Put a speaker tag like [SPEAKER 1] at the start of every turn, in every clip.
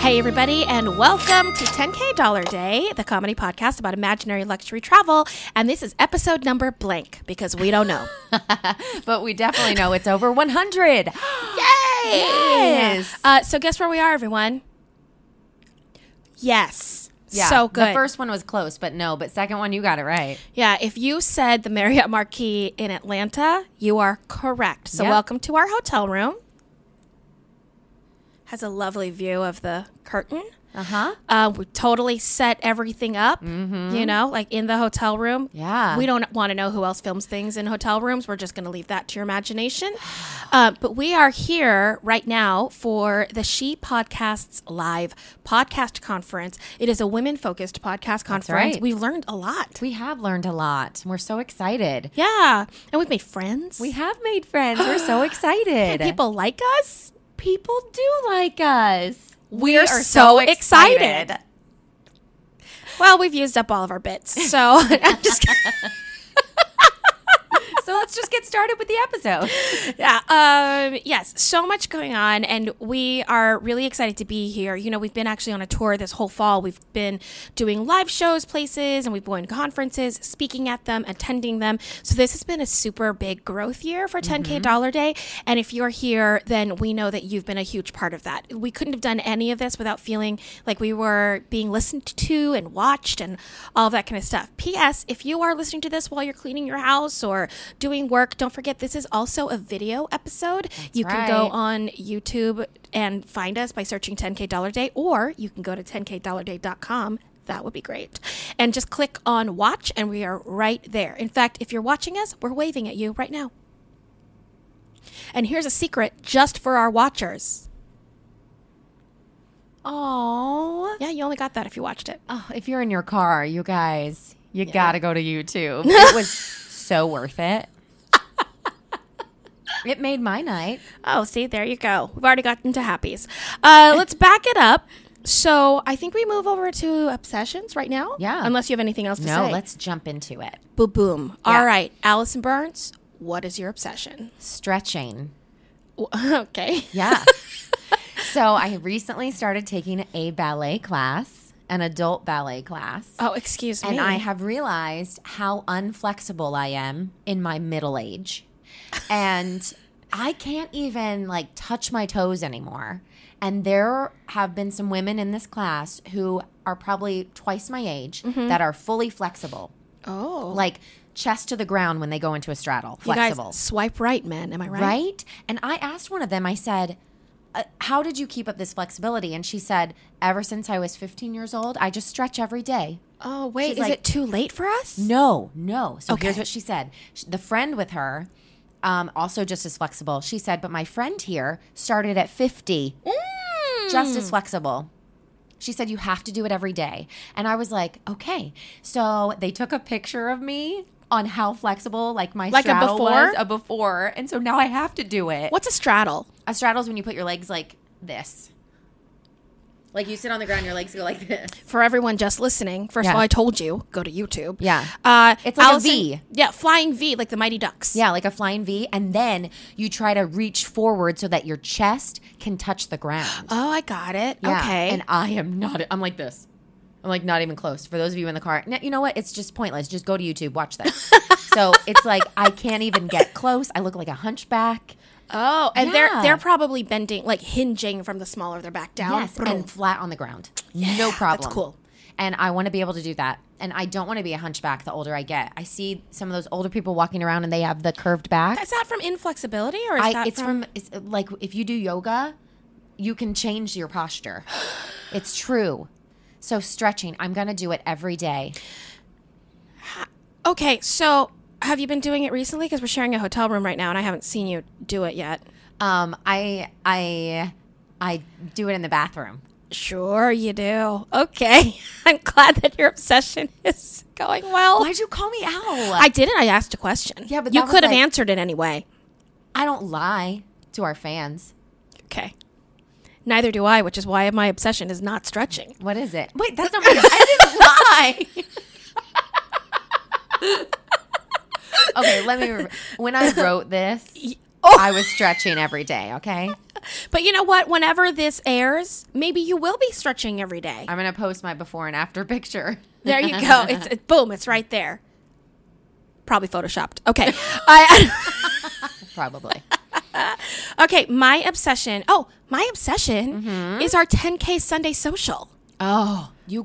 [SPEAKER 1] Hey, everybody, and welcome to 10K Dollar Day, the comedy podcast about imaginary luxury travel. And this is episode number blank because we don't know.
[SPEAKER 2] but we definitely know it's over 100.
[SPEAKER 1] yes. Uh, so, guess where we are, everyone? Yes. So good.
[SPEAKER 2] The first one was close, but no. But second one, you got it right.
[SPEAKER 1] yeah, if you said the Marriott Marquis in Atlanta, you are correct. So,
[SPEAKER 2] Yep.
[SPEAKER 1] welcome to our hotel room. Has a lovely view of the curtain.
[SPEAKER 2] Uh huh.
[SPEAKER 1] Uh, we totally set everything up, you know, like in the hotel room.
[SPEAKER 2] Mm-hmm. Yeah.
[SPEAKER 1] We don't want to know who else films things in hotel rooms. We're just going to leave that to your imagination. Uh, but we are here right now for the She Podcasts Live podcast conference. It is a women focused podcast conference.
[SPEAKER 2] right.
[SPEAKER 1] We've learned a lot.
[SPEAKER 2] We have learned a lot. We're so excited.
[SPEAKER 1] yeah. And we've made friends.
[SPEAKER 2] We have made friends. We're so excited.
[SPEAKER 1] People like us.
[SPEAKER 2] people do like us.
[SPEAKER 1] We,
[SPEAKER 2] are so excited.
[SPEAKER 1] Well, we've used up all of our bits. So I'm just kidding.
[SPEAKER 2] So let's just get started with the episode.
[SPEAKER 1] Yeah. Um, yes. So much going on, and we are really excited to be here. You know, we've been actually on a tour this whole fall. We've been doing live shows, places, and we've been to conferences, speaking at them, attending them. So this has been a super big growth year for 10K Dollar Day. And if you're here, then we know that you've been a huge part of that. We couldn't have done any of this without feeling like we were being listened to and watched and all of that kind of stuff. P.S. If you are listening to this while you're cleaning your house or doing work, don't forget this is also a video episode. you can go
[SPEAKER 2] right.
[SPEAKER 1] on YouTube and find us by searching 10K Dollar Day, or you can go to 10kdollarday.com. That would be great. And just click on watch, and we are right there. In fact, if you're watching us, we're waving at you right now. And here's a secret just for our watchers.
[SPEAKER 2] Oh.
[SPEAKER 1] Yeah, you only got that if you watched it.
[SPEAKER 2] Oh, if you're in your car, you guys, you gotta go to YouTube. It was so worth it. it made my night.
[SPEAKER 1] Oh, see, there you go. We've already gotten to happies. Uh, let's back it up. So I think we move over to obsessions right now.
[SPEAKER 2] Yeah.
[SPEAKER 1] Unless you have anything else to
[SPEAKER 2] No,
[SPEAKER 1] say.
[SPEAKER 2] let's jump into it.
[SPEAKER 1] Boom, boom.
[SPEAKER 2] Yeah.
[SPEAKER 1] All right, Allison Burns. What is your obsession?
[SPEAKER 2] Stretching.
[SPEAKER 1] W- Okay.
[SPEAKER 2] Yeah. so I recently started taking a ballet class, an adult ballet class,
[SPEAKER 1] Oh, excuse me.
[SPEAKER 2] and I have realized how unflexible I am in my middle age. And I can't even like touch my toes anymore. And there have been some women in this class who are probably twice my age
[SPEAKER 1] Mm-hmm.
[SPEAKER 2] that are fully flexible,
[SPEAKER 1] Oh.
[SPEAKER 2] like chest to the ground when they go into a straddle,
[SPEAKER 1] you
[SPEAKER 2] flexible.
[SPEAKER 1] guys swipe right, men. Am I right?
[SPEAKER 2] right? And I asked one of them, I said, uh, How did you keep up this flexibility? And she said, Ever since I was 15 years old, I just stretch every day.
[SPEAKER 1] Oh, wait.
[SPEAKER 2] She's
[SPEAKER 1] is
[SPEAKER 2] like-
[SPEAKER 1] it too late for us?
[SPEAKER 2] No, no. So here's
[SPEAKER 1] Okay.
[SPEAKER 2] what she said. Sh- The friend with her, um, also just as flexible, she said, But my friend here started at 50,
[SPEAKER 1] Mm.
[SPEAKER 2] just as flexible. She said, You have to do it every day. And I was like, Okay. So they took a picture of me. On how flexible, like my
[SPEAKER 1] Like a
[SPEAKER 2] straddle
[SPEAKER 1] before?
[SPEAKER 2] was, a before, and so now I have to do it.
[SPEAKER 1] What's a straddle?
[SPEAKER 2] A straddle is when you put your legs like this. Like you sit on the ground, your legs go like this.
[SPEAKER 1] For everyone just listening, first
[SPEAKER 2] Yeah.
[SPEAKER 1] of all, I told you go to YouTube.
[SPEAKER 2] Yeah.
[SPEAKER 1] Uh,
[SPEAKER 2] It's like a
[SPEAKER 1] Allison-
[SPEAKER 2] V.
[SPEAKER 1] Yeah, flying V, like the Mighty Ducks.
[SPEAKER 2] Yeah, like a flying V. And then you try to reach forward so that your chest can touch the ground.
[SPEAKER 1] Oh, I got it.
[SPEAKER 2] Yeah,
[SPEAKER 1] Okay.
[SPEAKER 2] And I am not, I'm like this. I'm like not even close. For those of you in the car, no, you know what? It's just pointless. Just go to YouTube, watch that. so it's like I can't even get close. I look like a hunchback.
[SPEAKER 1] Oh, and they're
[SPEAKER 2] Yeah.
[SPEAKER 1] they're probably bending, like hinging from the smaller of their back down.
[SPEAKER 2] Yes,
[SPEAKER 1] Vroom.
[SPEAKER 2] and flat on the ground. no problem.
[SPEAKER 1] cool.
[SPEAKER 2] And I want to be able to do that. And I don't want to be a hunchback the older I get. I see some of those older people walking around and they have the curved back.
[SPEAKER 1] is that from inflexibility or is
[SPEAKER 2] I,
[SPEAKER 1] that
[SPEAKER 2] it's from, it's like if you do yoga, you can change your posture. it's true. So stretching, I'm going to do it every day.
[SPEAKER 1] Okay, so have you been doing it recently? Because we're sharing a hotel room right now, and I haven't seen you do it yet.
[SPEAKER 2] Um, I I I do it in the bathroom.
[SPEAKER 1] Sure, you do. Okay, I'm glad that your obsession is going well.
[SPEAKER 2] Why'd you call me out?
[SPEAKER 1] I
[SPEAKER 2] I,
[SPEAKER 1] didn't. I asked a question.
[SPEAKER 2] Yeah, but
[SPEAKER 1] you
[SPEAKER 2] that was
[SPEAKER 1] could have
[SPEAKER 2] like-
[SPEAKER 1] answered it anyway.
[SPEAKER 2] I don't lie to our fans.
[SPEAKER 1] Okay. Neither do I, which is why my obsession is not stretching.
[SPEAKER 2] What is it? Wait, that's not my. I didn't lie. okay, let me. Re- when I wrote this, I was stretching every day. Okay,
[SPEAKER 1] Oh! But you know what? Whenever this airs, maybe you will be stretching every day.
[SPEAKER 2] I'm gonna post my before and after picture.
[SPEAKER 1] There you go. It's it, boom. It's right there. Probably photoshopped. Okay. I,
[SPEAKER 2] Probably.
[SPEAKER 1] okay. My obsession. Oh, my obsession is our 10K Sunday social.
[SPEAKER 2] Oh, you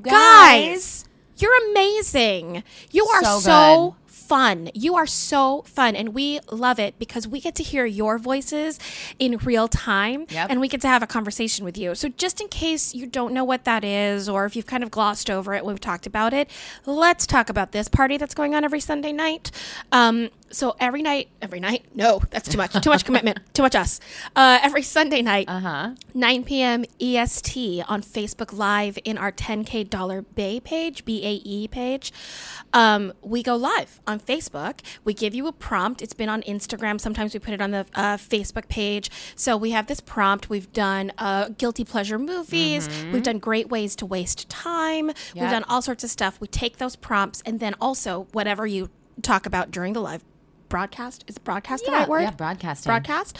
[SPEAKER 1] guys,
[SPEAKER 2] guys.
[SPEAKER 1] you're amazing. You are
[SPEAKER 2] So
[SPEAKER 1] so, fun. You are so fun. And we love it because we get to hear your voices in real time
[SPEAKER 2] Yep.
[SPEAKER 1] and we get to have a conversation with you. So, just in case you don't know what that is or if you've kind of glossed over it when we've talked about it, let's talk about this party that's going on every Sunday night. Um, so every night, every night, no, that's too much, too much commitment, too much us. Uh, every Sunday night, 9 p.m. EST E on Facebook Live in our 10K Dollar Bay page, BAE E page. Um, we go live on Facebook. We give you a prompt. It's been on Instagram. Sometimes we put it on the uh, Facebook page. So we have this prompt. We've done uh, guilty pleasure movies. We've done great ways to waste time. We've
[SPEAKER 2] Mm-hmm. Yep.
[SPEAKER 1] done all sorts of stuff. We take those prompts and then also whatever you talk about during the live broadcast. Is broadcast the right word?
[SPEAKER 2] Yeah, broadcasting.
[SPEAKER 1] broadcast.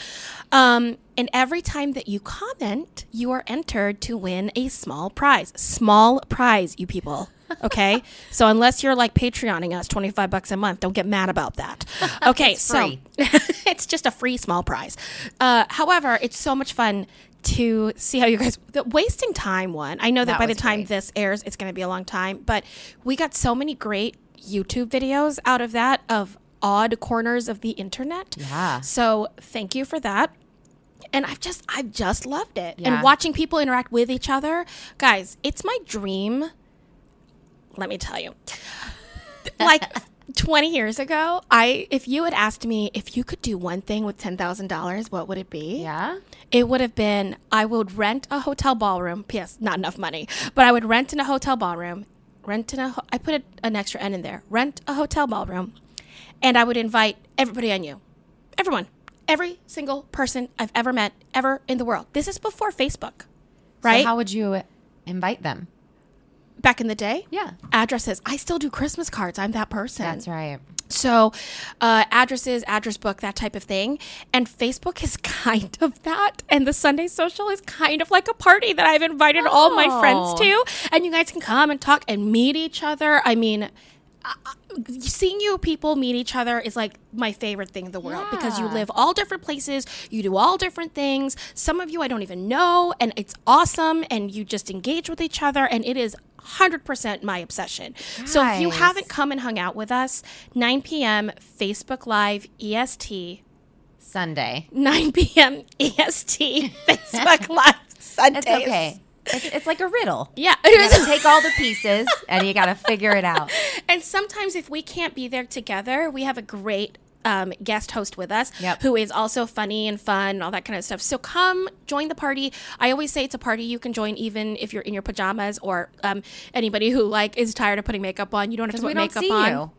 [SPEAKER 1] Um, and every time that you comment, you are entered to win a small prize. Small prize, you people. Okay. so unless you're like Patreoning us 25 bucks a month, don't get mad about that. Okay. so
[SPEAKER 2] free.
[SPEAKER 1] it's just a free small prize. Uh, however, it's so much fun to see how you guys the wasting time one. I know that,
[SPEAKER 2] That
[SPEAKER 1] by the
[SPEAKER 2] was
[SPEAKER 1] time
[SPEAKER 2] great.
[SPEAKER 1] this airs, it's going to be a long time, but we got so many great YouTube videos out of that of odd corners of the internet.
[SPEAKER 2] Yeah.
[SPEAKER 1] So thank you for that. And I've just I've just loved it.
[SPEAKER 2] Yeah.
[SPEAKER 1] And watching people interact with each other. Guys, it's my dream. Let me tell you. Like 20 years ago, I if you had asked me if you could do one thing with $10,000, what would it be?
[SPEAKER 2] Yeah.
[SPEAKER 1] It would have been I would rent a hotel ballroom. P.S. Not enough money, but I would rent in a hotel ballroom. Rent in a. ho- I put a, an extra N in there. Rent a hotel ballroom, and I would invite everybody I knew, everyone, every single person I've ever met ever in the world. This is before Facebook, right?
[SPEAKER 2] So how would you invite them?
[SPEAKER 1] Back in the day.
[SPEAKER 2] Yeah.
[SPEAKER 1] Addresses. I still do Christmas cards. I'm that person.
[SPEAKER 2] That's right.
[SPEAKER 1] So, uh, addresses, address book, that type of thing. And Facebook is kind of that. And the Sunday social is kind of like a party that I've invited all my friends to. And you guys can come and talk and meet each other. I mean, I- I- seeing you people meet each other is like my favorite thing in the world because you
[SPEAKER 2] Yeah.
[SPEAKER 1] live all different places, you do all different things. Some of you I don't even know, and it's awesome. And you just engage with each other, and it is 100% my obsession. So if you
[SPEAKER 2] Guys.
[SPEAKER 1] haven't come and hung out with us, 9 p.m. Facebook Live E EST,
[SPEAKER 2] Sunday.
[SPEAKER 1] 9 p.m. EST E Facebook Live Sundays.
[SPEAKER 2] It's okay. It's, it's like a riddle.
[SPEAKER 1] Yeah, it
[SPEAKER 2] You
[SPEAKER 1] is.
[SPEAKER 2] gotta take all the pieces and you gotta figure it out.
[SPEAKER 1] And sometimes, if we can't be there together, we have a great um, guest host with us
[SPEAKER 2] Yep.
[SPEAKER 1] who is also funny and fun and all that kind of stuff. So come join the party. I always say it's a party you can join even if you're in your pajamas or um, anybody who like is tired of putting makeup on. You don't have to
[SPEAKER 2] We
[SPEAKER 1] put
[SPEAKER 2] don't
[SPEAKER 1] makeup
[SPEAKER 2] see
[SPEAKER 1] on.
[SPEAKER 2] you.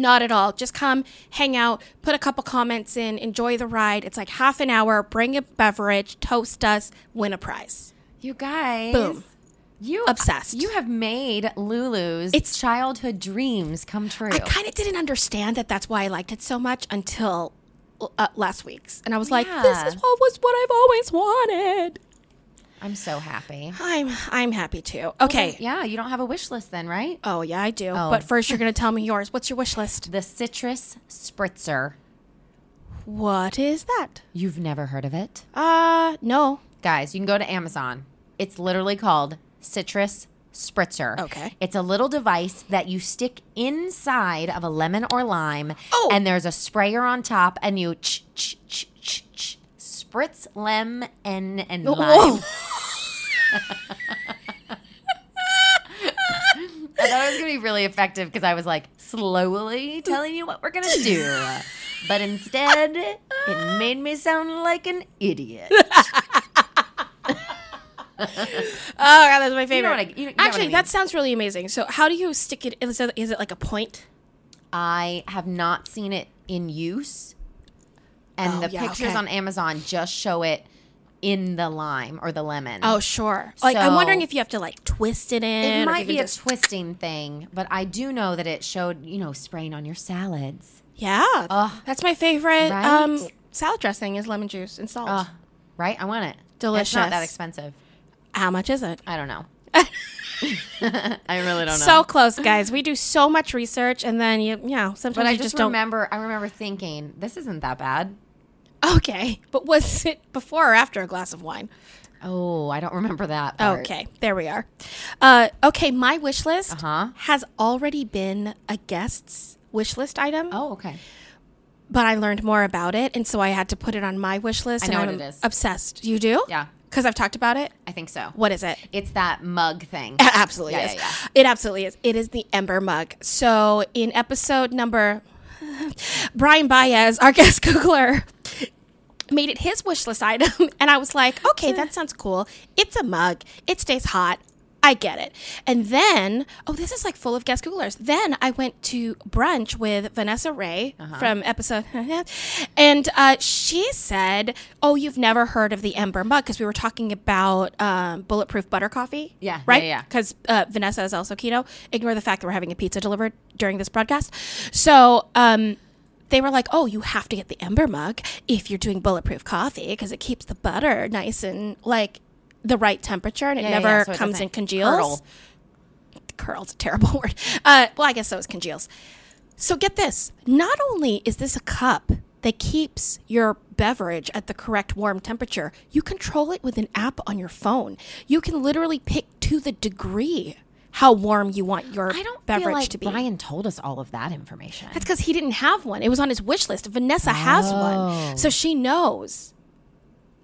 [SPEAKER 1] Not at all. Just come, hang out, put a couple comments in, enjoy the ride. It's like half an hour. Bring a beverage, toast us, win a prize.
[SPEAKER 2] You guys.
[SPEAKER 1] Boom.
[SPEAKER 2] You
[SPEAKER 1] Obsessed.
[SPEAKER 2] You have made Lulu's
[SPEAKER 1] It's-
[SPEAKER 2] childhood dreams come true.
[SPEAKER 1] I kind of didn't understand that that's why I liked it so much until uh, last week's. And I was like,
[SPEAKER 2] Yeah.
[SPEAKER 1] this is what was what I've always wanted.
[SPEAKER 2] I'm so happy.
[SPEAKER 1] I'm I'm happy too. Okay.
[SPEAKER 2] Yeah, you don't have a wish list then, right?
[SPEAKER 1] Oh yeah, I do. But first you're going to tell me yours. What's your wish list?
[SPEAKER 2] The citrus spritzer.
[SPEAKER 1] What is that?
[SPEAKER 2] You've never heard of it?
[SPEAKER 1] Uh, no.
[SPEAKER 2] Guys, you can go to Amazon. It's literally called Citrus Spritzer.
[SPEAKER 1] Okay.
[SPEAKER 2] It's a little device that you stick inside of a lemon or lime.
[SPEAKER 1] Oh.
[SPEAKER 2] And there's a sprayer on top, and you ch- ch- ch- ch- ch- spritz lem and and lime.
[SPEAKER 1] Whoa.
[SPEAKER 2] I thought it was gonna be really effective because I was like slowly telling you what we're gonna do, but instead it made me sound like an idiot.
[SPEAKER 1] Oh god, that's my favorite.
[SPEAKER 2] know what I- you know- you know what I
[SPEAKER 1] Actually,
[SPEAKER 2] mean.
[SPEAKER 1] that sounds really amazing. So, how do you stick it is it, is it like a point?
[SPEAKER 2] I have not seen it in use. And
[SPEAKER 1] Oh,
[SPEAKER 2] the
[SPEAKER 1] yeah,
[SPEAKER 2] pictures
[SPEAKER 1] okay.
[SPEAKER 2] on Amazon just show it in the lime or the lemon.
[SPEAKER 1] Oh, sure. Like
[SPEAKER 2] So-
[SPEAKER 1] I'm wondering if you have to like twist it in. or
[SPEAKER 2] it
[SPEAKER 1] if
[SPEAKER 2] might
[SPEAKER 1] you can
[SPEAKER 2] be a
[SPEAKER 1] just-
[SPEAKER 2] twisting thing, but I do know that it showed, you know, spraying on your salads.
[SPEAKER 1] Yeah.
[SPEAKER 2] Ugh.
[SPEAKER 1] that's my favorite
[SPEAKER 2] Right?
[SPEAKER 1] um salad dressing is lemon juice and salt.
[SPEAKER 2] Ugh, right? I want it. It's
[SPEAKER 1] Delicious.
[SPEAKER 2] not that expensive.
[SPEAKER 1] How much is it?
[SPEAKER 2] I don't know. I really don't know.
[SPEAKER 1] So close, guys. We do so much research, and then you, yeah, sometimes
[SPEAKER 2] but I
[SPEAKER 1] you
[SPEAKER 2] just,
[SPEAKER 1] just, don't.
[SPEAKER 2] remember. I remember thinking this isn't that bad.
[SPEAKER 1] Okay, but was it before or after a glass of wine?
[SPEAKER 2] Oh, I don't remember that. Part.
[SPEAKER 1] Okay, there we are. Uh, okay, my wish list
[SPEAKER 2] Uh-huh.
[SPEAKER 1] has already been a guest's wish list item,
[SPEAKER 2] Oh, okay.
[SPEAKER 1] but I learned more about it, and so I had to put it on my wish list.
[SPEAKER 2] I know
[SPEAKER 1] and
[SPEAKER 2] what
[SPEAKER 1] I'm
[SPEAKER 2] it is.
[SPEAKER 1] Obsessed. You do?
[SPEAKER 2] Yeah,
[SPEAKER 1] Because I've talked about it.
[SPEAKER 2] I think so.
[SPEAKER 1] What is it?
[SPEAKER 2] It's that mug thing.
[SPEAKER 1] It absolutely
[SPEAKER 2] Yeah,
[SPEAKER 1] is.
[SPEAKER 2] yeah, yeah.
[SPEAKER 1] It absolutely is. It is the Ember mug. So in episode number, Brian Baez, our guest Googler, made it his wish list item, and I was like, okay, that sounds cool. It's a mug. It stays hot. I get it. And then, oh, this is like full of guest Googlers. Then I went to brunch with Vanessa Ray
[SPEAKER 2] Uh-huh.
[SPEAKER 1] from episode, and uh, she said, "Oh, you've never heard of the Ember mug because we were talking about um, bulletproof butter coffee,
[SPEAKER 2] Yeah, yeah,
[SPEAKER 1] right,
[SPEAKER 2] yeah.
[SPEAKER 1] because uh, Vanessa is also keto. Ignore the fact that we're having a pizza delivered during this broadcast. So um, they were like, "Oh, you have to get the Ember mug if you're doing bulletproof coffee because it keeps the butter nice and like the right temperature, and it
[SPEAKER 2] Yeah, yeah,
[SPEAKER 1] never
[SPEAKER 2] yeah, so it
[SPEAKER 1] comes
[SPEAKER 2] doesn't
[SPEAKER 1] and congeals.
[SPEAKER 2] curdle.
[SPEAKER 1] Curl's a terrible word. Uh, well, I guess so is congeals. So get this: not only is this a cup that keeps your beverage at the correct warm temperature, you control it with an app on your phone. You can literally pick to the degree how warm you want your
[SPEAKER 2] I don't
[SPEAKER 1] beverage
[SPEAKER 2] feel like
[SPEAKER 1] to be.
[SPEAKER 2] Brian told us all of that information.
[SPEAKER 1] That's because he didn't have one. It was on his wish list. Vanessa has
[SPEAKER 2] Oh.
[SPEAKER 1] one, so she knows.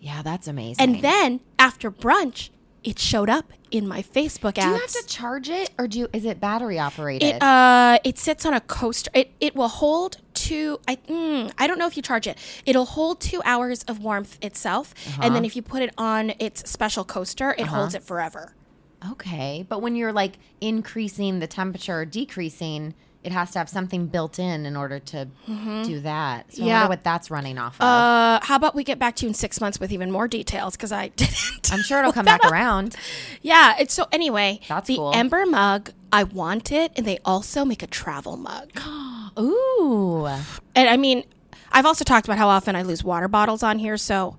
[SPEAKER 2] yeah, that's amazing.
[SPEAKER 1] And then after brunch, it showed up in my Facebook ads.
[SPEAKER 2] do you have to charge it, or do you, is it battery operated?
[SPEAKER 1] it, uh, it sits on a coaster. It, it will hold two. I mm, I don't know if you charge it. It'll hold two hours of warmth itself, and
[SPEAKER 2] Uh-huh.
[SPEAKER 1] then if you put it on its special coaster, it holds it forever.
[SPEAKER 2] okay, but when you're like increasing the temperature or decreasing, it has to have something built in in order to do that. So I
[SPEAKER 1] Mm-hmm. Yeah.
[SPEAKER 2] wonder what that's running off of.
[SPEAKER 1] Uh, how about we get back to you in six months with even more details? Because I didn't.
[SPEAKER 2] I'm sure it'll come back around.
[SPEAKER 1] yeah. It's so anyway.
[SPEAKER 2] That's
[SPEAKER 1] the
[SPEAKER 2] cool.
[SPEAKER 1] Ember mug. I want it, and they also make a travel mug.
[SPEAKER 2] Ooh.
[SPEAKER 1] and I mean, I've also talked about how often I lose water bottles on here, so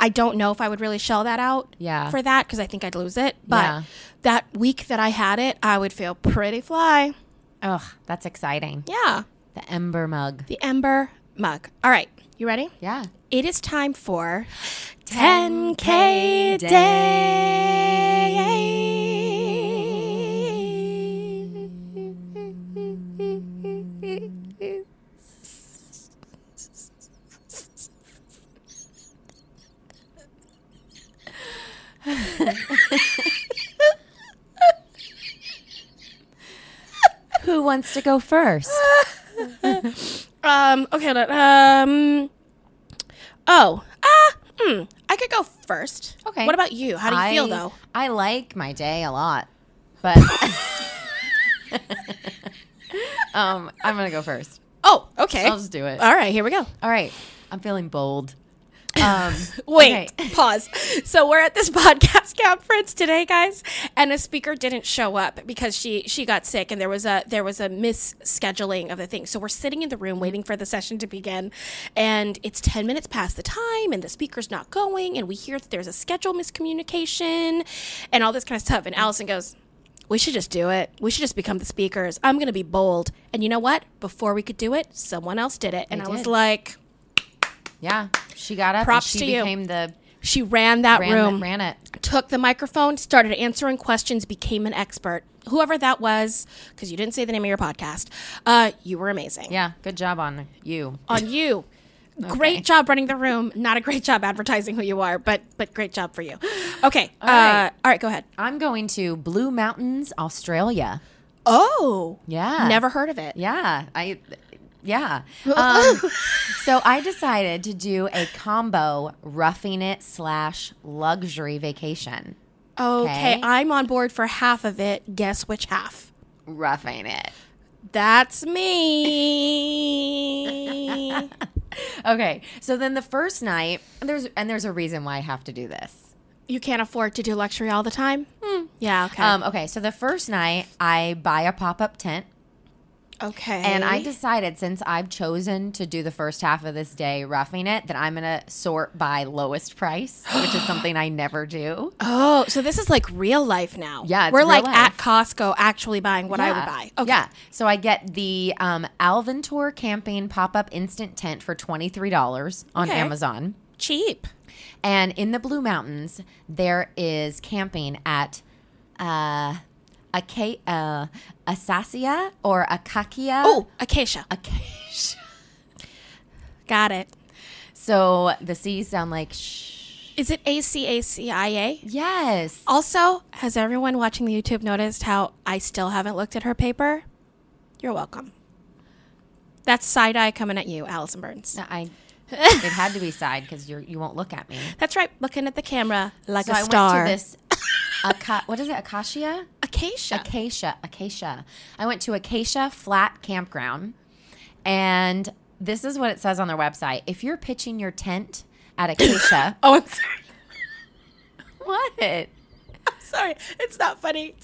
[SPEAKER 1] I don't know if I would really shell that out
[SPEAKER 2] Yeah.
[SPEAKER 1] for that because I think I'd lose it. But
[SPEAKER 2] Yeah.
[SPEAKER 1] that week that I had it, I would feel pretty fly.
[SPEAKER 2] Ugh, that's exciting.
[SPEAKER 1] Yeah,
[SPEAKER 2] The Ember mug.
[SPEAKER 1] the Ember mug. All right, you ready?
[SPEAKER 2] Yeah.
[SPEAKER 1] It is time for 10K Day.
[SPEAKER 2] Who wants to go first?
[SPEAKER 1] Um. Okay. Hold on. Um. Oh. Ah. Hmm. I could go first.
[SPEAKER 2] Okay.
[SPEAKER 1] What about you? How do you feel though?
[SPEAKER 2] I like my day a lot, but um, I'm gonna go first.
[SPEAKER 1] Oh. Okay.
[SPEAKER 2] I'll just do it.
[SPEAKER 1] All right. Here we go.
[SPEAKER 2] All right, I'm feeling bold. Um,
[SPEAKER 1] Wait.
[SPEAKER 2] okay.
[SPEAKER 1] Pause. So we're at this podcast conference today, guys, and a speaker didn't show up because she she got sick, and there was a there was a misscheduling of the thing. So we're sitting in the room waiting for the session to begin, and it's ten minutes past the time, and the speaker's not going, and we hear that there's a schedule miscommunication, and all this kind of stuff. And Allison goes. We should just do it. We should just become the speakers. I'm going to be bold. And you know what? Before we could do it, someone else did it. And I was
[SPEAKER 2] did.
[SPEAKER 1] like,
[SPEAKER 2] Yeah, she got up.
[SPEAKER 1] Props
[SPEAKER 2] and
[SPEAKER 1] to
[SPEAKER 2] she
[SPEAKER 1] you.
[SPEAKER 2] became the
[SPEAKER 1] she ran that
[SPEAKER 2] ran,
[SPEAKER 1] room,
[SPEAKER 2] ran it.
[SPEAKER 1] took the microphone, started answering questions, became an expert. Whoever that was, because you didn't say the name of your podcast, uh, you were amazing.
[SPEAKER 2] Yeah, good job on you.
[SPEAKER 1] On you. Great job running the room. Not a great job advertising who you are, but but great job for you. Okay. all, right.
[SPEAKER 2] right.
[SPEAKER 1] Uh, all right, go ahead.
[SPEAKER 2] I'm going to Blue Mountains, Australia.
[SPEAKER 1] Oh.
[SPEAKER 2] Yeah.
[SPEAKER 1] Never heard of it.
[SPEAKER 2] Yeah, I. Yeah. Um, so I decided to do a combo roughing it slash luxury vacation.
[SPEAKER 1] Okay,
[SPEAKER 2] Okay.
[SPEAKER 1] I'm on board for half of it. Guess which half?
[SPEAKER 2] Roughing it.
[SPEAKER 1] That's me.
[SPEAKER 2] Okay. So then the first night, there's and there's a reason why I have to do this.
[SPEAKER 1] you can't afford to do luxury all the time? Yeah, okay.
[SPEAKER 2] Um, okay. So the first night, I buy a pop up tent.
[SPEAKER 1] Okay.
[SPEAKER 2] And I decided since I've chosen to do the first half of this day roughing it, that I'm going to sort by lowest price, which is something I never do.
[SPEAKER 1] Oh, so this is like real life now.
[SPEAKER 2] Yeah, it's
[SPEAKER 1] We're
[SPEAKER 2] real
[SPEAKER 1] like
[SPEAKER 2] life.
[SPEAKER 1] at Costco actually buying what I
[SPEAKER 2] Yeah.
[SPEAKER 1] would buy. Oh, Okay.
[SPEAKER 2] Yeah. So I get the um, Alventor camping pop up instant tent for $23 on
[SPEAKER 1] Okay.
[SPEAKER 2] Amazon.
[SPEAKER 1] Cheap.
[SPEAKER 2] And in the Blue Mountains, there is camping at uh, a K, uh, Acacia or Acacia.
[SPEAKER 1] Oh, acacia.
[SPEAKER 2] Acacia.
[SPEAKER 1] Got it.
[SPEAKER 2] So the C's sound like shh.
[SPEAKER 1] Is it A C A C I A?
[SPEAKER 2] Yes.
[SPEAKER 1] Also, has everyone watching the YouTube noticed how I still haven't looked at her paper? You're welcome. That's side eye coming at you, Allison Burns.
[SPEAKER 2] I. it had to be side because you you won't look at me.
[SPEAKER 1] That's right, looking at the camera like
[SPEAKER 2] So
[SPEAKER 1] a
[SPEAKER 2] I
[SPEAKER 1] star.
[SPEAKER 2] went to this. Aca- what is it? Acacia.
[SPEAKER 1] acacia.
[SPEAKER 2] Acacia, Acacia. I went to Acacia Flat Campground, and this is what it says on their website. If you're pitching your tent at Acacia,
[SPEAKER 1] oh, I'm sorry.
[SPEAKER 2] what
[SPEAKER 1] Sorry, it's not funny.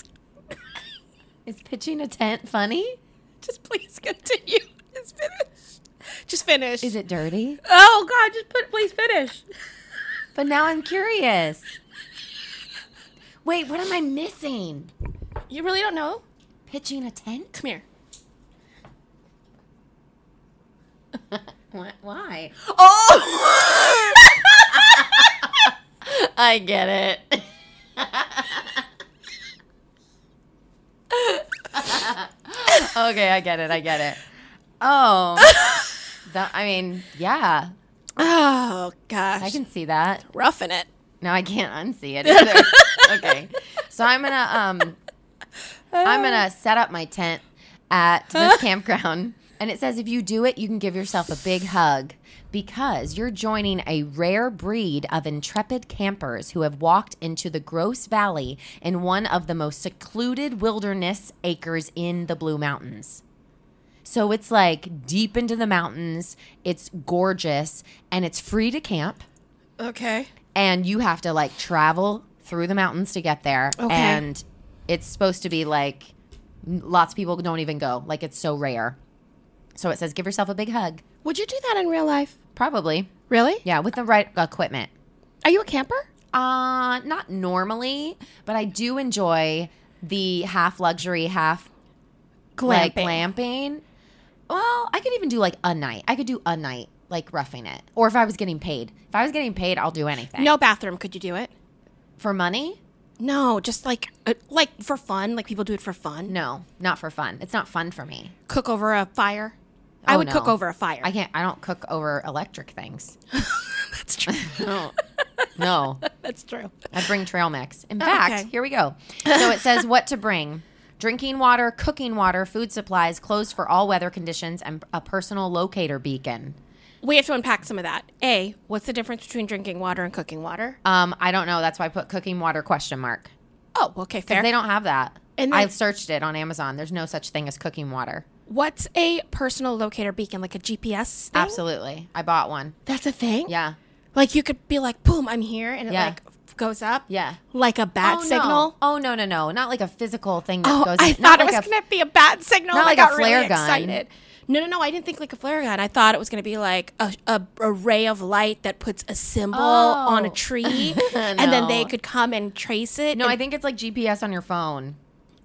[SPEAKER 2] is pitching a tent funny?
[SPEAKER 1] Just please continue. Just finish. Just finish.
[SPEAKER 2] Is it dirty?
[SPEAKER 1] Oh God! Just put please finish.
[SPEAKER 2] But now I'm curious. Wait, what am I missing?
[SPEAKER 1] You really don't know?
[SPEAKER 2] Pitching a tent?
[SPEAKER 1] Come here.
[SPEAKER 2] What? Why?
[SPEAKER 1] Oh!
[SPEAKER 2] I get it. okay, I get it. I get it. Oh, that, I mean, yeah,
[SPEAKER 1] oh gosh!
[SPEAKER 2] I can see that.
[SPEAKER 1] roughing it.
[SPEAKER 2] No, I can't unsee it either. okay, so I'm gonna um, I'm gonna set up my tent at this campground, and it says if you do it, you can give yourself a big hug because you're joining a rare breed of intrepid campers who have walked into the Gross Valley in one of the most secluded wilderness acres in the Blue Mountains. So it's like deep into the mountains. It's gorgeous and it's free to camp
[SPEAKER 1] Okay.
[SPEAKER 2] and you have to like travel through the mountains to get there
[SPEAKER 1] Okay.
[SPEAKER 2] and it's supposed to be like n- lots of people don't even go like it's so rare so it says give yourself a big hug
[SPEAKER 1] Would you do that in real life?
[SPEAKER 2] probably
[SPEAKER 1] Really?
[SPEAKER 2] yeah with the right equipment
[SPEAKER 1] Are you a camper?
[SPEAKER 2] uh not normally but i do enjoy the half luxury half like glamping well i could even do like a night i could do a night like roughing it or if i was getting paid if i was getting paid i'll do anything
[SPEAKER 1] No bathroom. Could you do it?
[SPEAKER 2] for money
[SPEAKER 1] No, just like uh, like for fun. Like people do it for fun.
[SPEAKER 2] No, not for fun. It's not fun for me.
[SPEAKER 1] Cook over a fire. I
[SPEAKER 2] Oh,
[SPEAKER 1] would
[SPEAKER 2] no.
[SPEAKER 1] cook over a fire.
[SPEAKER 2] I can't. I don't cook over electric things.
[SPEAKER 1] That's true.
[SPEAKER 2] No, no.
[SPEAKER 1] That's true.
[SPEAKER 2] I bring trail mix. In fact,
[SPEAKER 1] Oh, okay.
[SPEAKER 2] here we go. So it says what to bring: drinking water, cooking water, food supplies, clothes for all weather conditions, and a personal locator beacon.
[SPEAKER 1] We have to unpack some of that. A, what's the difference between drinking water and cooking water?
[SPEAKER 2] Um, I don't know. That's why I put cooking water question mark.
[SPEAKER 1] Oh, okay, fair.
[SPEAKER 2] They don't have that.
[SPEAKER 1] And
[SPEAKER 2] I
[SPEAKER 1] then-
[SPEAKER 2] searched it on Amazon. There's no such thing as cooking water.
[SPEAKER 1] What's a personal locator beacon, like a GPS? Thing?
[SPEAKER 2] Absolutely. I bought one.
[SPEAKER 1] That's a thing?
[SPEAKER 2] Yeah.
[SPEAKER 1] Like you could be like, boom, I'm here, and it
[SPEAKER 2] Yeah.
[SPEAKER 1] like f- goes up.
[SPEAKER 2] Yeah.
[SPEAKER 1] Like a bat
[SPEAKER 2] Oh,
[SPEAKER 1] signal.
[SPEAKER 2] No. Oh no no no! Not like a physical thing that
[SPEAKER 1] Oh,
[SPEAKER 2] goes.
[SPEAKER 1] I
[SPEAKER 2] in-
[SPEAKER 1] thought
[SPEAKER 2] not
[SPEAKER 1] it
[SPEAKER 2] like
[SPEAKER 1] was
[SPEAKER 2] a-
[SPEAKER 1] going to be a bat signal.
[SPEAKER 2] not
[SPEAKER 1] I
[SPEAKER 2] like a
[SPEAKER 1] got
[SPEAKER 2] flare
[SPEAKER 1] really
[SPEAKER 2] gun.
[SPEAKER 1] excited. No, no, no. I didn't think like a flare gun. I thought it was going to be like a, a, a ray of light that puts a symbol on a
[SPEAKER 2] Oh.
[SPEAKER 1] tree, and then they
[SPEAKER 2] No.
[SPEAKER 1] could come and trace it.
[SPEAKER 2] No,
[SPEAKER 1] and,
[SPEAKER 2] I think it's like GPS on your phone,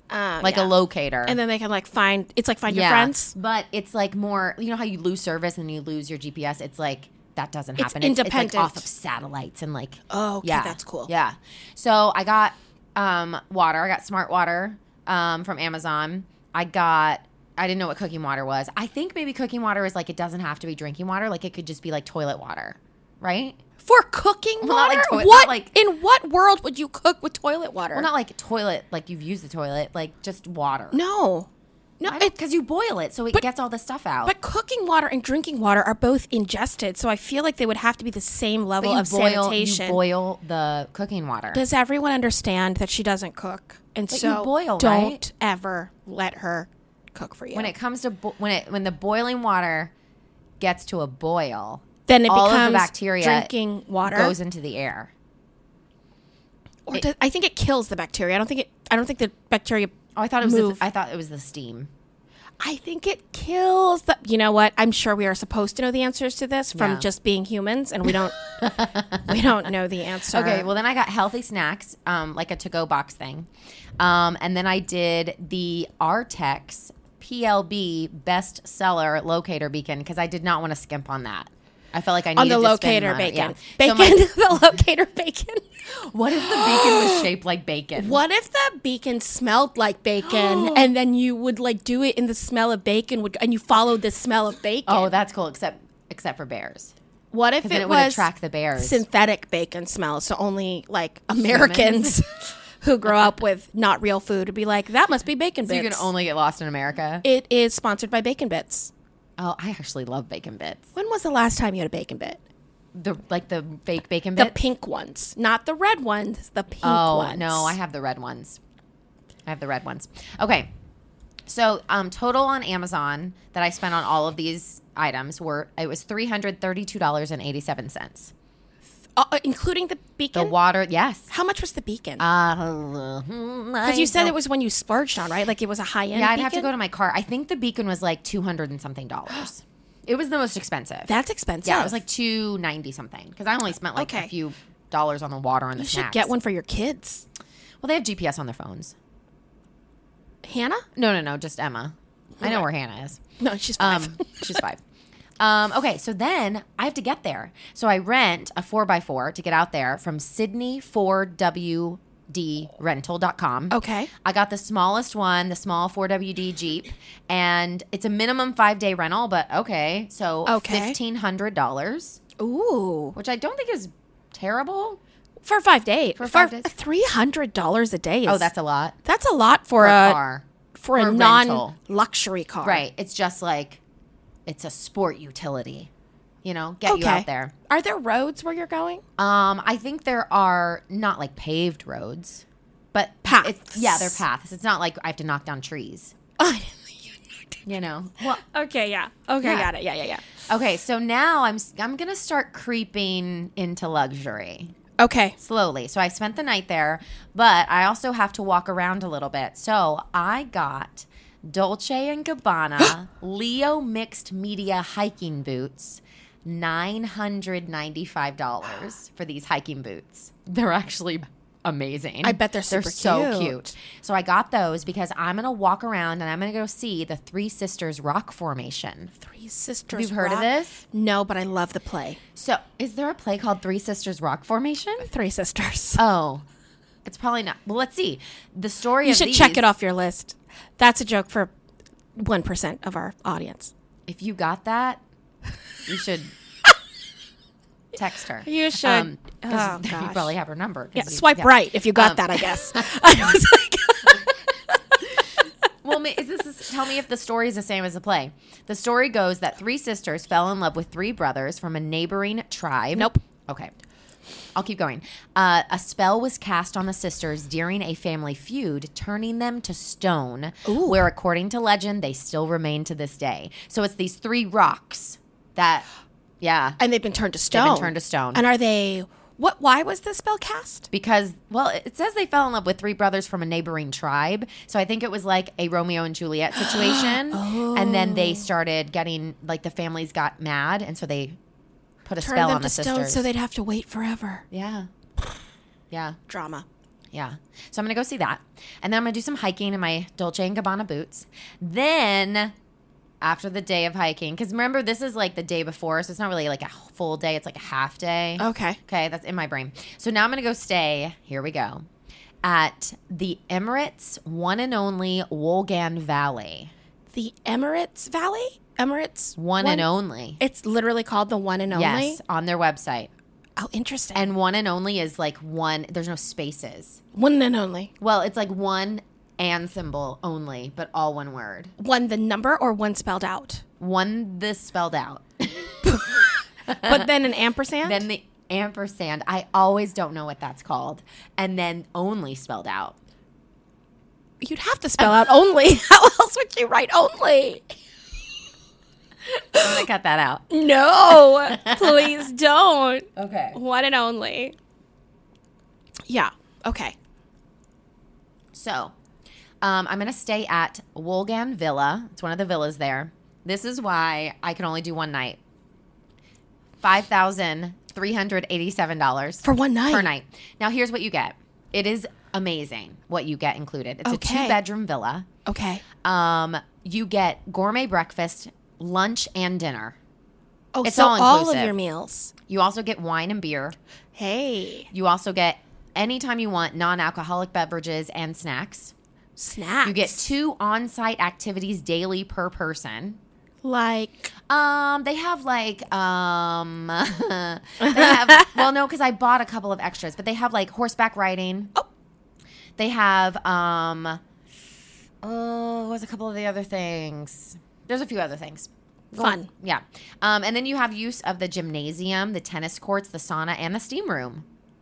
[SPEAKER 1] uh,
[SPEAKER 2] like
[SPEAKER 1] yeah.
[SPEAKER 2] a locator.
[SPEAKER 1] And then they can like find. It's like find your friends.
[SPEAKER 2] But it's like more, you know how you lose service and you lose your GPS? It's like that doesn't happen. It's,
[SPEAKER 1] independent.
[SPEAKER 2] like off of satellites and like.
[SPEAKER 1] Oh, okay, that's cool.
[SPEAKER 2] Yeah. So I got um, water. I got smart water um, from Amazon. I got. I didn't know what cooking water was. I think maybe cooking water is like it doesn't have to be drinking water. Like it could just be like toilet water, right?
[SPEAKER 1] For cooking water?
[SPEAKER 2] Well, not like toi- not
[SPEAKER 1] what?
[SPEAKER 2] like-
[SPEAKER 1] in what world would you cook with toilet water?
[SPEAKER 2] Well, not like toilet, like you've used the toilet, like just water.
[SPEAKER 1] no. No, it,
[SPEAKER 2] because you boil it, so it gets all the stuff out.
[SPEAKER 1] but cooking water and drinking water are both ingested, so I feel like they would have to be the same level
[SPEAKER 2] you
[SPEAKER 1] of
[SPEAKER 2] boil,
[SPEAKER 1] sanitation.
[SPEAKER 2] You boil the cooking water.
[SPEAKER 1] Does everyone understand that she doesn't cook? And
[SPEAKER 2] But
[SPEAKER 1] so
[SPEAKER 2] you boil,
[SPEAKER 1] don't
[SPEAKER 2] right?
[SPEAKER 1] ever let her cook for you.
[SPEAKER 2] when it comes to bo- when it when the boiling water gets to a boil,
[SPEAKER 1] then it
[SPEAKER 2] all
[SPEAKER 1] becomes
[SPEAKER 2] of the bacteria
[SPEAKER 1] drinking water.
[SPEAKER 2] goes into the air.
[SPEAKER 1] or does, I think it kills the bacteria. I don't think it I don't think the bacteria
[SPEAKER 2] Oh, I thought it was the,
[SPEAKER 1] Move.
[SPEAKER 2] I thought it was the steam.
[SPEAKER 1] I think it kills the. You know what? I'm sure we are supposed to know the answers to this from
[SPEAKER 2] Yeah.
[SPEAKER 1] just being humans, and we don't. we don't know the answer.
[SPEAKER 2] Okay, well then I got healthy snacks, um, like a to-go box thing, um, and then I did the Artex PLB best seller locator beacon because I did not want to skimp on that. I felt like I needed
[SPEAKER 1] on the
[SPEAKER 2] to spend
[SPEAKER 1] locator
[SPEAKER 2] money-
[SPEAKER 1] bacon,
[SPEAKER 2] yeah. So
[SPEAKER 1] bacon,
[SPEAKER 2] my-
[SPEAKER 1] the locator bacon.
[SPEAKER 2] what if the beacon was shaped like bacon?
[SPEAKER 1] What if the beacon smelled like bacon, and then you would like do it in the smell of bacon, would, and you followed the smell of bacon?
[SPEAKER 2] Oh, that's cool. Except except for bears,
[SPEAKER 1] what if
[SPEAKER 2] then it,
[SPEAKER 1] it
[SPEAKER 2] would
[SPEAKER 1] was
[SPEAKER 2] attract the bears.
[SPEAKER 1] synthetic bacon smell? So only like Americans who grow up with not real food would be like, that must be bacon
[SPEAKER 2] you
[SPEAKER 1] bits.
[SPEAKER 2] can only get lost in America.
[SPEAKER 1] it is sponsored by Bacon Bits.
[SPEAKER 2] oh, I actually love bacon bits.
[SPEAKER 1] When was the last time you had a bacon bit?
[SPEAKER 2] The like the fake bacon
[SPEAKER 1] The
[SPEAKER 2] bits.
[SPEAKER 1] pink ones, not the red ones. The pink
[SPEAKER 2] Oh
[SPEAKER 1] ones.
[SPEAKER 2] no, I have the red ones. I have the red ones. Okay, so um, total on Amazon that I spent on all of these items were it was three hundred thirty two dollars and eighty seven cents.
[SPEAKER 1] Uh, uh, including the
[SPEAKER 2] The
[SPEAKER 1] beacon.
[SPEAKER 2] water, yes.
[SPEAKER 1] How much was the beacon?
[SPEAKER 2] Because
[SPEAKER 1] Because you said it was when you splurged on, right? Like it was a high end.
[SPEAKER 2] yeah, I'd have to go to my car. I think the beacon was like two hundred and something dollars. it was the most expensive.
[SPEAKER 1] That's expensive.
[SPEAKER 2] yeah, it was like two ninety something. Because I only spent like a
[SPEAKER 1] Okay.
[SPEAKER 2] few dollars on the water and the
[SPEAKER 1] you should
[SPEAKER 2] snacks.
[SPEAKER 1] get one for your kids.
[SPEAKER 2] Well, they have GPS on their phones.
[SPEAKER 1] Hannah?
[SPEAKER 2] No, no, no, just Emma. I know where Hannah is.
[SPEAKER 1] No, she's five.
[SPEAKER 2] Um, she's five. Um, okay, so then I have to get there. So I rent a four by four to get out there from Sydney4WDrental.com.
[SPEAKER 1] okay.
[SPEAKER 2] I got the smallest one, the small 4WD Jeep, and it's a minimum five day rental, but okay. So
[SPEAKER 1] Okay.
[SPEAKER 2] $1,500,
[SPEAKER 1] Ooh,
[SPEAKER 2] which I don't think is terrible.
[SPEAKER 1] for five days. For,
[SPEAKER 2] five days.
[SPEAKER 1] three hundred dollars a day. Is,
[SPEAKER 2] Oh, that's a lot
[SPEAKER 1] that's a lot for,
[SPEAKER 2] for
[SPEAKER 1] a
[SPEAKER 2] a car.
[SPEAKER 1] for a
[SPEAKER 2] For a rental.
[SPEAKER 1] non luxury car.
[SPEAKER 2] Right. It's just like, it's a sport utility, you know, get
[SPEAKER 1] Okay.
[SPEAKER 2] you out there.
[SPEAKER 1] Are there roads where you're going?
[SPEAKER 2] Um, I think there are not like paved roads, but
[SPEAKER 1] Paths.
[SPEAKER 2] It's, yeah, they're paths. It's not like I have to knock down trees. You know. Well,
[SPEAKER 1] okay. Yeah. Okay.
[SPEAKER 2] Yeah.
[SPEAKER 1] Got it. Yeah. Yeah. Yeah.
[SPEAKER 2] okay. So now I'm s- I'm gonna start creeping into luxury
[SPEAKER 1] Okay.
[SPEAKER 2] slowly. So I spent the night there, but I also have to walk around a little bit. So I got Dolce and Gabbana Leo mixed media hiking boots. $995 for these hiking boots. They're actually amazing.
[SPEAKER 1] I bet they're super
[SPEAKER 2] They're so
[SPEAKER 1] cute.
[SPEAKER 2] cute. So I got those because I'm going to walk around and I'm going to go see the Three Sisters Rock Formation.
[SPEAKER 1] Three sisters.
[SPEAKER 2] You've heard of
[SPEAKER 1] Rock-
[SPEAKER 2] this?
[SPEAKER 1] No, but I love the play.
[SPEAKER 2] So, is there a play called Three Sisters Rock Formation?
[SPEAKER 1] Three sisters.
[SPEAKER 2] Oh, it's probably not. Well, let's see. The story
[SPEAKER 1] you
[SPEAKER 2] of
[SPEAKER 1] should
[SPEAKER 2] these,
[SPEAKER 1] check it off your list. That's a joke for one percent of our audience.
[SPEAKER 2] If you got that, you should text her. Um,
[SPEAKER 1] You should.
[SPEAKER 2] 'cause
[SPEAKER 1] Oh,
[SPEAKER 2] you
[SPEAKER 1] gosh.
[SPEAKER 2] probably have her number. 'cause
[SPEAKER 1] Um, Yeah,
[SPEAKER 2] you-
[SPEAKER 1] swipe
[SPEAKER 2] yeah.
[SPEAKER 1] right if you got
[SPEAKER 2] Um,
[SPEAKER 1] that. I guess. I was like,
[SPEAKER 2] Well, ma- is this, this- tell me if the story is the same as the play. The story goes that three sisters fell in love with three brothers from a neighboring tribe.
[SPEAKER 1] Nope.
[SPEAKER 2] Okay. I'll keep going. Uh, a spell was cast on the sisters during a family feud, turning them to stone,
[SPEAKER 1] Ooh.
[SPEAKER 2] where, according to legend, they still remain to this day. So it's these three rocks that, yeah,
[SPEAKER 1] and they've been turned to stone.
[SPEAKER 2] been turned to stone.
[SPEAKER 1] Oh, And are they? What? Why was the spell cast?
[SPEAKER 2] because, well, it says they fell in love with three brothers from a neighboring tribe. So I think it was like a Romeo and Juliet situation. And then
[SPEAKER 1] Oh.
[SPEAKER 2] they started getting, like, the families got mad. And so they put a
[SPEAKER 1] Turned
[SPEAKER 2] spell
[SPEAKER 1] them
[SPEAKER 2] on
[SPEAKER 1] to
[SPEAKER 2] the
[SPEAKER 1] stone,
[SPEAKER 2] sisters.
[SPEAKER 1] so they'd have to wait forever.
[SPEAKER 2] yeah. Yeah.
[SPEAKER 1] Drama.
[SPEAKER 2] Yeah. So I'm going to go see that. And then I'm going to do some hiking in my Dolce and Gabbana boots. Then after the day of hiking, because remember, this is like the day before. So it's not really like a full day, it's like a half day.
[SPEAKER 1] Okay.
[SPEAKER 2] Okay. That's in my brain. So now I'm going to go stay. Here we go. At the Emirates one and only Wolgan Valley.
[SPEAKER 1] The Emirates Valley. Emirates.
[SPEAKER 2] One, and only.
[SPEAKER 1] It's literally called the one and only.
[SPEAKER 2] Yes. On their website.
[SPEAKER 1] Oh, interesting.
[SPEAKER 2] And one and only is like one, there's no spaces.
[SPEAKER 1] one and only.
[SPEAKER 2] Well, it's like one and symbol only, but all one word.
[SPEAKER 1] One the number or one spelled out.
[SPEAKER 2] one this spelled out
[SPEAKER 1] But then an ampersand.
[SPEAKER 2] then the ampersand i always don't know what that's called and then only spelled out
[SPEAKER 1] You'd have to spell out only. How else would you write only?
[SPEAKER 2] i'm gonna cut that out
[SPEAKER 1] No, please don't.
[SPEAKER 2] okay
[SPEAKER 1] One and only. Yeah. Okay.
[SPEAKER 2] so Um, I'm going to stay at Wolgan Villa. It's one of the villas there. This is why I can only do one night. Five thousand three hundred eighty-seven dollars
[SPEAKER 1] For one night.
[SPEAKER 2] per night. Now here's what you get. It is amazing what you get included. It's
[SPEAKER 1] Okay.
[SPEAKER 2] a two-bedroom villa.
[SPEAKER 1] Okay.
[SPEAKER 2] Um, you get gourmet breakfast, lunch, and dinner.
[SPEAKER 1] Oh,
[SPEAKER 2] It's
[SPEAKER 1] so all,
[SPEAKER 2] all
[SPEAKER 1] of
[SPEAKER 2] inclusive.
[SPEAKER 1] your meals.
[SPEAKER 2] You also get wine and beer.
[SPEAKER 1] Hey,
[SPEAKER 2] You also get anytime you want non-alcoholic beverages and snacks.
[SPEAKER 1] snacks.
[SPEAKER 2] You get two on-site activities daily per person.
[SPEAKER 1] like
[SPEAKER 2] Um, they have like um, they have well, no, because I bought a couple of extras, but they have like horseback riding.
[SPEAKER 1] Oh.
[SPEAKER 2] they have um, oh, what's a couple of the other things? There's a few other things.
[SPEAKER 1] fun.
[SPEAKER 2] Yeah, um, and then you have use of the gymnasium, the tennis courts, the sauna, and the steam room.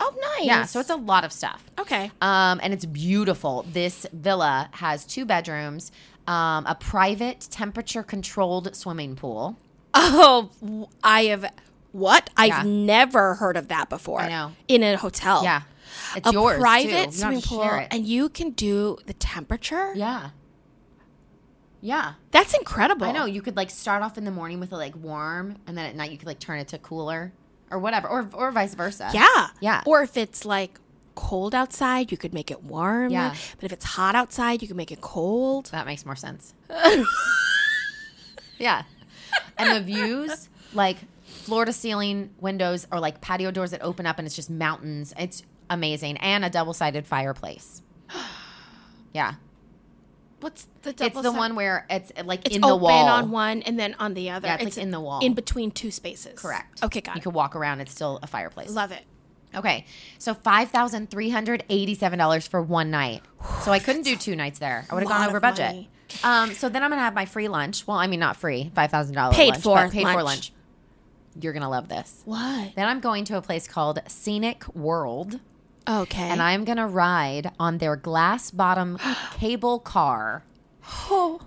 [SPEAKER 1] Oh, nice.
[SPEAKER 2] Yeah, so it's a lot of stuff.
[SPEAKER 1] okay.
[SPEAKER 2] Um, and it's beautiful. This villa has two bedrooms, um, a private temperature controlled swimming pool.
[SPEAKER 1] Oh, w- I have what? I've
[SPEAKER 2] Yeah.
[SPEAKER 1] never heard of that before.
[SPEAKER 2] I know.
[SPEAKER 1] In a hotel.
[SPEAKER 2] Yeah. It's
[SPEAKER 1] Oh. a
[SPEAKER 2] yours. too. You
[SPEAKER 1] private
[SPEAKER 2] don't
[SPEAKER 1] swimming
[SPEAKER 2] have to
[SPEAKER 1] pool,
[SPEAKER 2] share it.
[SPEAKER 1] and you can do the temperature.
[SPEAKER 2] yeah. Yeah.
[SPEAKER 1] That's incredible.
[SPEAKER 2] I know. You could like start off in the morning with a like warm and then at night you could like turn it to cooler or whatever. Or or vice versa.
[SPEAKER 1] Yeah.
[SPEAKER 2] Yeah.
[SPEAKER 1] Or if it's like cold outside, you could make it warm.
[SPEAKER 2] Yeah.
[SPEAKER 1] But if it's hot outside, you can make it cold.
[SPEAKER 2] That makes more sense. yeah. And the views, like floor to ceiling windows or like patio doors that open up and it's just mountains. It's amazing. And a double sided fireplace. Yeah.
[SPEAKER 1] What's the
[SPEAKER 2] It's the one where it's like
[SPEAKER 1] It's
[SPEAKER 2] in the
[SPEAKER 1] open
[SPEAKER 2] wall.
[SPEAKER 1] on one and then on the other.
[SPEAKER 2] Yeah, it's, like, in the wall.
[SPEAKER 1] In between two spaces.
[SPEAKER 2] Correct.
[SPEAKER 1] Okay, got
[SPEAKER 2] You
[SPEAKER 1] it.
[SPEAKER 2] could walk around, it's still a fireplace.
[SPEAKER 1] Love it.
[SPEAKER 2] Okay. So $5,387 for one night. So I couldn't do two nights there. I would have
[SPEAKER 1] Lot
[SPEAKER 2] gone over
[SPEAKER 1] of
[SPEAKER 2] budget.
[SPEAKER 1] money.
[SPEAKER 2] Um, so then I'm going to have my free lunch. Well, I mean, not free, $5,000
[SPEAKER 1] Paid
[SPEAKER 2] lunch,
[SPEAKER 1] for
[SPEAKER 2] but Paid for
[SPEAKER 1] lunch.
[SPEAKER 2] lunch. You're going to love this.
[SPEAKER 1] What?
[SPEAKER 2] Then I'm going to a place called Scenic World,
[SPEAKER 1] Okay.
[SPEAKER 2] and I'm going to ride on their glass bottom cable car.
[SPEAKER 1] oh,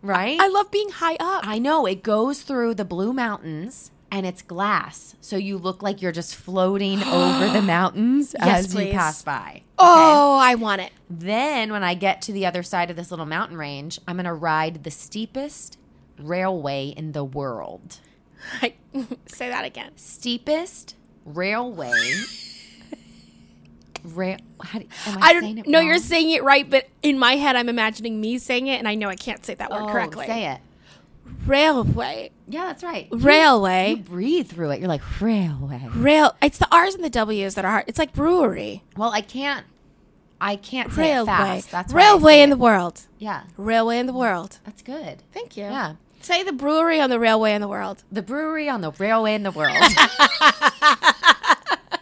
[SPEAKER 2] Right?
[SPEAKER 1] I love being high up.
[SPEAKER 2] I know it goes through the Blue Mountains and it's glass. So you look like you're just floating over the mountains
[SPEAKER 1] Yes,
[SPEAKER 2] as
[SPEAKER 1] please.
[SPEAKER 2] you pass by.
[SPEAKER 1] Oh, I want it.
[SPEAKER 2] Then when I get to the other side of this little mountain range, I'm going to ride the steepest railway in the world.
[SPEAKER 1] I, say that again.
[SPEAKER 2] Steepest railway. Rail, how do, am I,
[SPEAKER 1] I
[SPEAKER 2] saying it
[SPEAKER 1] don't know
[SPEAKER 2] wrong?
[SPEAKER 1] you're saying it right, but in my head, I'm imagining me saying it, and I know I can't say that word
[SPEAKER 2] oh,
[SPEAKER 1] correctly.
[SPEAKER 2] Say it.
[SPEAKER 1] Railway,
[SPEAKER 2] Yeah, that's right.
[SPEAKER 1] railway,
[SPEAKER 2] You breathe through it. You're like railway.
[SPEAKER 1] rail. It's the R's and the W's that are hard. It's like brewery,
[SPEAKER 2] Well, I can't. I can't say it
[SPEAKER 1] railway,
[SPEAKER 2] fast. That's why I
[SPEAKER 1] railway
[SPEAKER 2] say
[SPEAKER 1] in
[SPEAKER 2] it.
[SPEAKER 1] the world,
[SPEAKER 2] Yeah,
[SPEAKER 1] railway in the world.
[SPEAKER 2] that's good.
[SPEAKER 1] Thank you.
[SPEAKER 2] Yeah.
[SPEAKER 1] Say the brewery on the railway in the world.
[SPEAKER 2] The brewery on the railway in the world.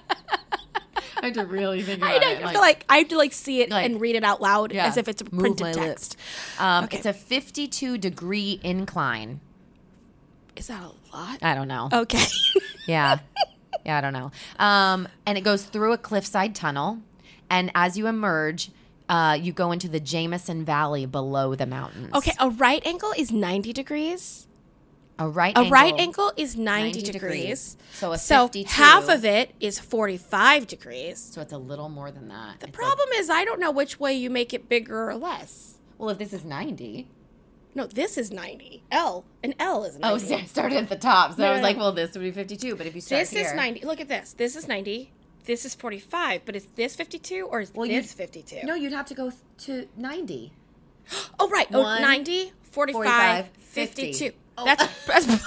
[SPEAKER 2] I had to really think about
[SPEAKER 1] I know. you have to like I have to like see it
[SPEAKER 2] Like-
[SPEAKER 1] and read it out loud
[SPEAKER 2] Yeah.
[SPEAKER 1] as if it's a
[SPEAKER 2] Move my
[SPEAKER 1] printed
[SPEAKER 2] lips.
[SPEAKER 1] text.
[SPEAKER 2] Um,
[SPEAKER 1] Okay.
[SPEAKER 2] It's a 52 degree incline.
[SPEAKER 1] Is that a lot?
[SPEAKER 2] I don't know.
[SPEAKER 1] Okay.
[SPEAKER 2] Yeah. yeah, I don't know. Um, and it goes through a cliffside tunnel. And as you emerge, uh, you go into the Jamison Valley below the mountains.
[SPEAKER 1] okay. A right angle is 90 degrees.
[SPEAKER 2] A right
[SPEAKER 1] A
[SPEAKER 2] angle.
[SPEAKER 1] right angle is 90, degrees.
[SPEAKER 2] 90 degrees. So a 52.
[SPEAKER 1] half of it is 45 degrees.
[SPEAKER 2] So it's a little more than that.
[SPEAKER 1] The
[SPEAKER 2] It's like-
[SPEAKER 1] problem is I don't know which way you make it bigger or less.
[SPEAKER 2] well, if this is 90.
[SPEAKER 1] No, this is 90. L. An L is 90.
[SPEAKER 2] Oh, so I started at the top. So
[SPEAKER 1] No,
[SPEAKER 2] I was
[SPEAKER 1] no,
[SPEAKER 2] like,
[SPEAKER 1] no.
[SPEAKER 2] well, this would be 52. But if you start
[SPEAKER 1] This is
[SPEAKER 2] here-
[SPEAKER 1] 90. Look at this. This is 90. This is 45. But is this 52 or is
[SPEAKER 2] Well, you-
[SPEAKER 1] this 52?
[SPEAKER 2] No, you'd have to go th- to 90.
[SPEAKER 1] Oh, right. Oh,
[SPEAKER 2] One,
[SPEAKER 1] 90, 45,
[SPEAKER 2] 45,
[SPEAKER 1] 52.
[SPEAKER 2] 50. Oh.
[SPEAKER 1] That's, that's-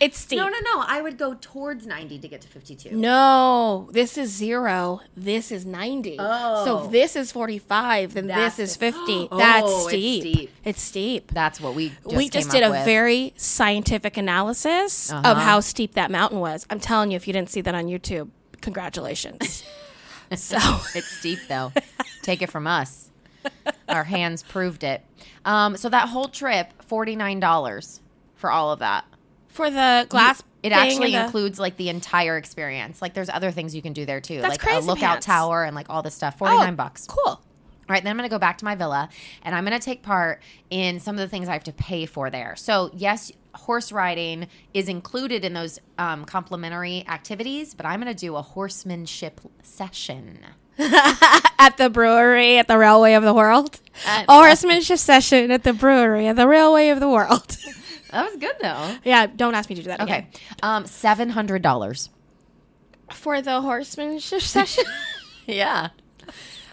[SPEAKER 1] It's steep.
[SPEAKER 2] No, no, no. I would go towards 90 to get to 52.
[SPEAKER 1] No, this is zero. This is 90. So
[SPEAKER 2] Oh.
[SPEAKER 1] if this is 45, then
[SPEAKER 2] That's
[SPEAKER 1] this is
[SPEAKER 2] it.
[SPEAKER 1] 50.
[SPEAKER 2] Oh,
[SPEAKER 1] That's
[SPEAKER 2] it's
[SPEAKER 1] steep. It's steep.
[SPEAKER 2] steep. That's what we just
[SPEAKER 1] we just
[SPEAKER 2] came
[SPEAKER 1] did a
[SPEAKER 2] up with.
[SPEAKER 1] very scientific analysis of
[SPEAKER 2] Uh-huh.
[SPEAKER 1] how steep that mountain was. I'm telling you, if you didn't see that on YouTube, congratulations. so,
[SPEAKER 2] It's steep though. Take it from us. Our hands proved it. Um, so that whole trip, forty nine dollars for all of that.
[SPEAKER 1] for the glass,
[SPEAKER 2] It
[SPEAKER 1] thing and
[SPEAKER 2] actually
[SPEAKER 1] the-
[SPEAKER 2] includes like the entire experience. Like there's other things you can do there too,
[SPEAKER 1] That's
[SPEAKER 2] like a
[SPEAKER 1] crazy
[SPEAKER 2] lookout
[SPEAKER 1] pants.
[SPEAKER 2] tower and like all this stuff. Forty
[SPEAKER 1] Oh,
[SPEAKER 2] nine bucks.
[SPEAKER 1] Cool.
[SPEAKER 2] All right, then I'm going to go back to my villa and I'm going to take part in some of the things I have to pay for there. So, yes, horse riding is included in those um, complimentary activities, but I'm going to do a horsemanship session.
[SPEAKER 1] at the brewery at the railway of the world.
[SPEAKER 2] At-
[SPEAKER 1] A horsemanship session at the brewery at the railway of the world.
[SPEAKER 2] That was good though.
[SPEAKER 1] yeah, don't ask me to do that.
[SPEAKER 2] Okay.
[SPEAKER 1] again.
[SPEAKER 2] Um, seven hundred dollars.
[SPEAKER 1] for the horsemanship session.
[SPEAKER 2] Yeah.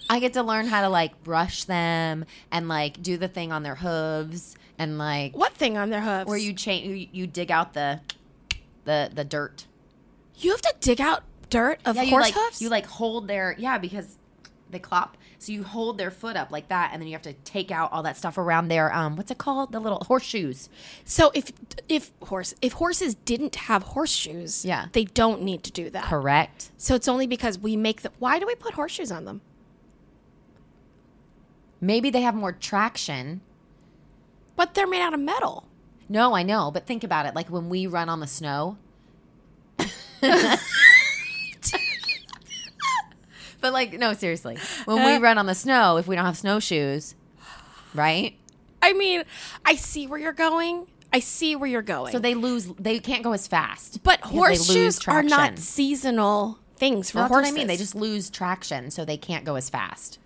[SPEAKER 2] I get to learn how to like brush them and like do the thing on their hooves and like
[SPEAKER 1] what thing on their hooves?
[SPEAKER 2] where you change you, you dig out the the the dirt.
[SPEAKER 1] you have to dig out dirt of
[SPEAKER 2] Yeah, you
[SPEAKER 1] horse
[SPEAKER 2] like
[SPEAKER 1] hooves.
[SPEAKER 2] you like hold their yeah because they clop. So you hold their foot up like that and then you have to take out all that stuff around their um what's it called? The little horseshoes.
[SPEAKER 1] so if if horse if horses didn't have horseshoes,
[SPEAKER 2] Yeah.
[SPEAKER 1] they don't need to do that.
[SPEAKER 2] Correct.
[SPEAKER 1] So it's only because we make the. Why do we put horseshoes on them?
[SPEAKER 2] Maybe they have more traction.
[SPEAKER 1] But they're made out of metal.
[SPEAKER 2] No, I know, but think about it. Like when we run on the snow. but like, no, seriously. When we run on the snow, if we don't have snowshoes, right?
[SPEAKER 1] I mean, I see where you're going. I see where you're going.
[SPEAKER 2] So they lose. They can't go as fast.
[SPEAKER 1] but
[SPEAKER 2] because they lose
[SPEAKER 1] horseshoes are not
[SPEAKER 2] traction.
[SPEAKER 1] seasonal things for
[SPEAKER 2] That's
[SPEAKER 1] horses.
[SPEAKER 2] what I mean. They just lose traction, so they can't go as fast.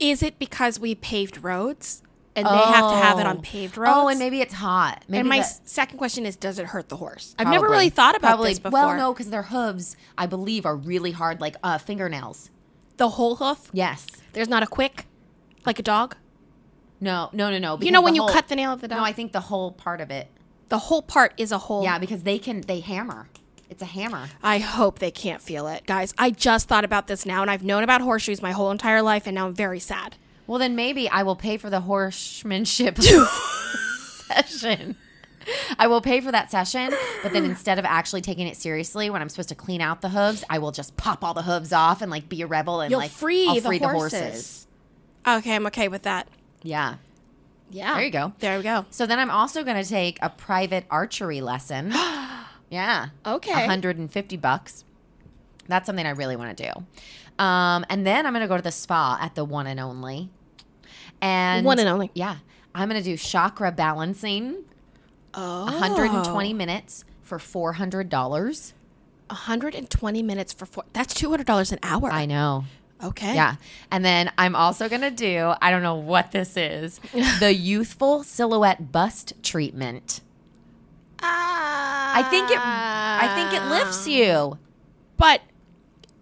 [SPEAKER 1] is it because we paved roads and they have to have it on
[SPEAKER 2] Oh.
[SPEAKER 1] paved roads?
[SPEAKER 2] Oh, and maybe it's hot. Maybe
[SPEAKER 1] And my
[SPEAKER 2] the-
[SPEAKER 1] s- second question is, does it hurt the horse? I've never
[SPEAKER 2] Probably.
[SPEAKER 1] really thought about
[SPEAKER 2] Probably.
[SPEAKER 1] this before.
[SPEAKER 2] Well, no, because their hooves, I believe, are really hard, like uh, fingernails.
[SPEAKER 1] the whole hoof.
[SPEAKER 2] Yes.
[SPEAKER 1] There's not a quick, like a dog.
[SPEAKER 2] No, no, no, no.
[SPEAKER 1] You know
[SPEAKER 2] because
[SPEAKER 1] when
[SPEAKER 2] the
[SPEAKER 1] you
[SPEAKER 2] whole-
[SPEAKER 1] cut the nail of the dog.
[SPEAKER 2] No, I think the whole part of it.
[SPEAKER 1] the whole part is a whole.
[SPEAKER 2] Yeah, because they can they hammer. It's a hammer.
[SPEAKER 1] I hope they can't feel it, guys. I just thought about this now, and I've known about horseshoes my whole entire life, and now I'm very sad.
[SPEAKER 2] Well, then maybe I will pay for the horsemanship session. I will pay for that session, but then instead of actually taking it seriously, when I'm supposed to clean out the hooves, I will just pop all the hooves off and like be a rebel and
[SPEAKER 1] You'll
[SPEAKER 2] like
[SPEAKER 1] free,
[SPEAKER 2] I'll
[SPEAKER 1] the, horses. Okay, I'm okay with that.
[SPEAKER 2] Yeah.
[SPEAKER 1] Yeah.
[SPEAKER 2] There you go.
[SPEAKER 1] There we go.
[SPEAKER 2] So then I'm also going to take a private archery lesson. yeah.
[SPEAKER 1] Okay.
[SPEAKER 2] 150 bucks. That's something I really want to do. Um, and then I'm going to go to the spa at the one and only. And
[SPEAKER 1] One and only.
[SPEAKER 2] Yeah. I'm going to do chakra balancing,
[SPEAKER 1] Oh.
[SPEAKER 2] 120 minutes for $400.
[SPEAKER 1] 120 minutes for four. That's $200 an hour.
[SPEAKER 2] I know.
[SPEAKER 1] okay.
[SPEAKER 2] Yeah. And then I'm also going to do, I don't know what this is, the youthful silhouette bust treatment.
[SPEAKER 1] Ah.
[SPEAKER 2] I think it I think it
[SPEAKER 1] Um,
[SPEAKER 2] lifts you.
[SPEAKER 1] But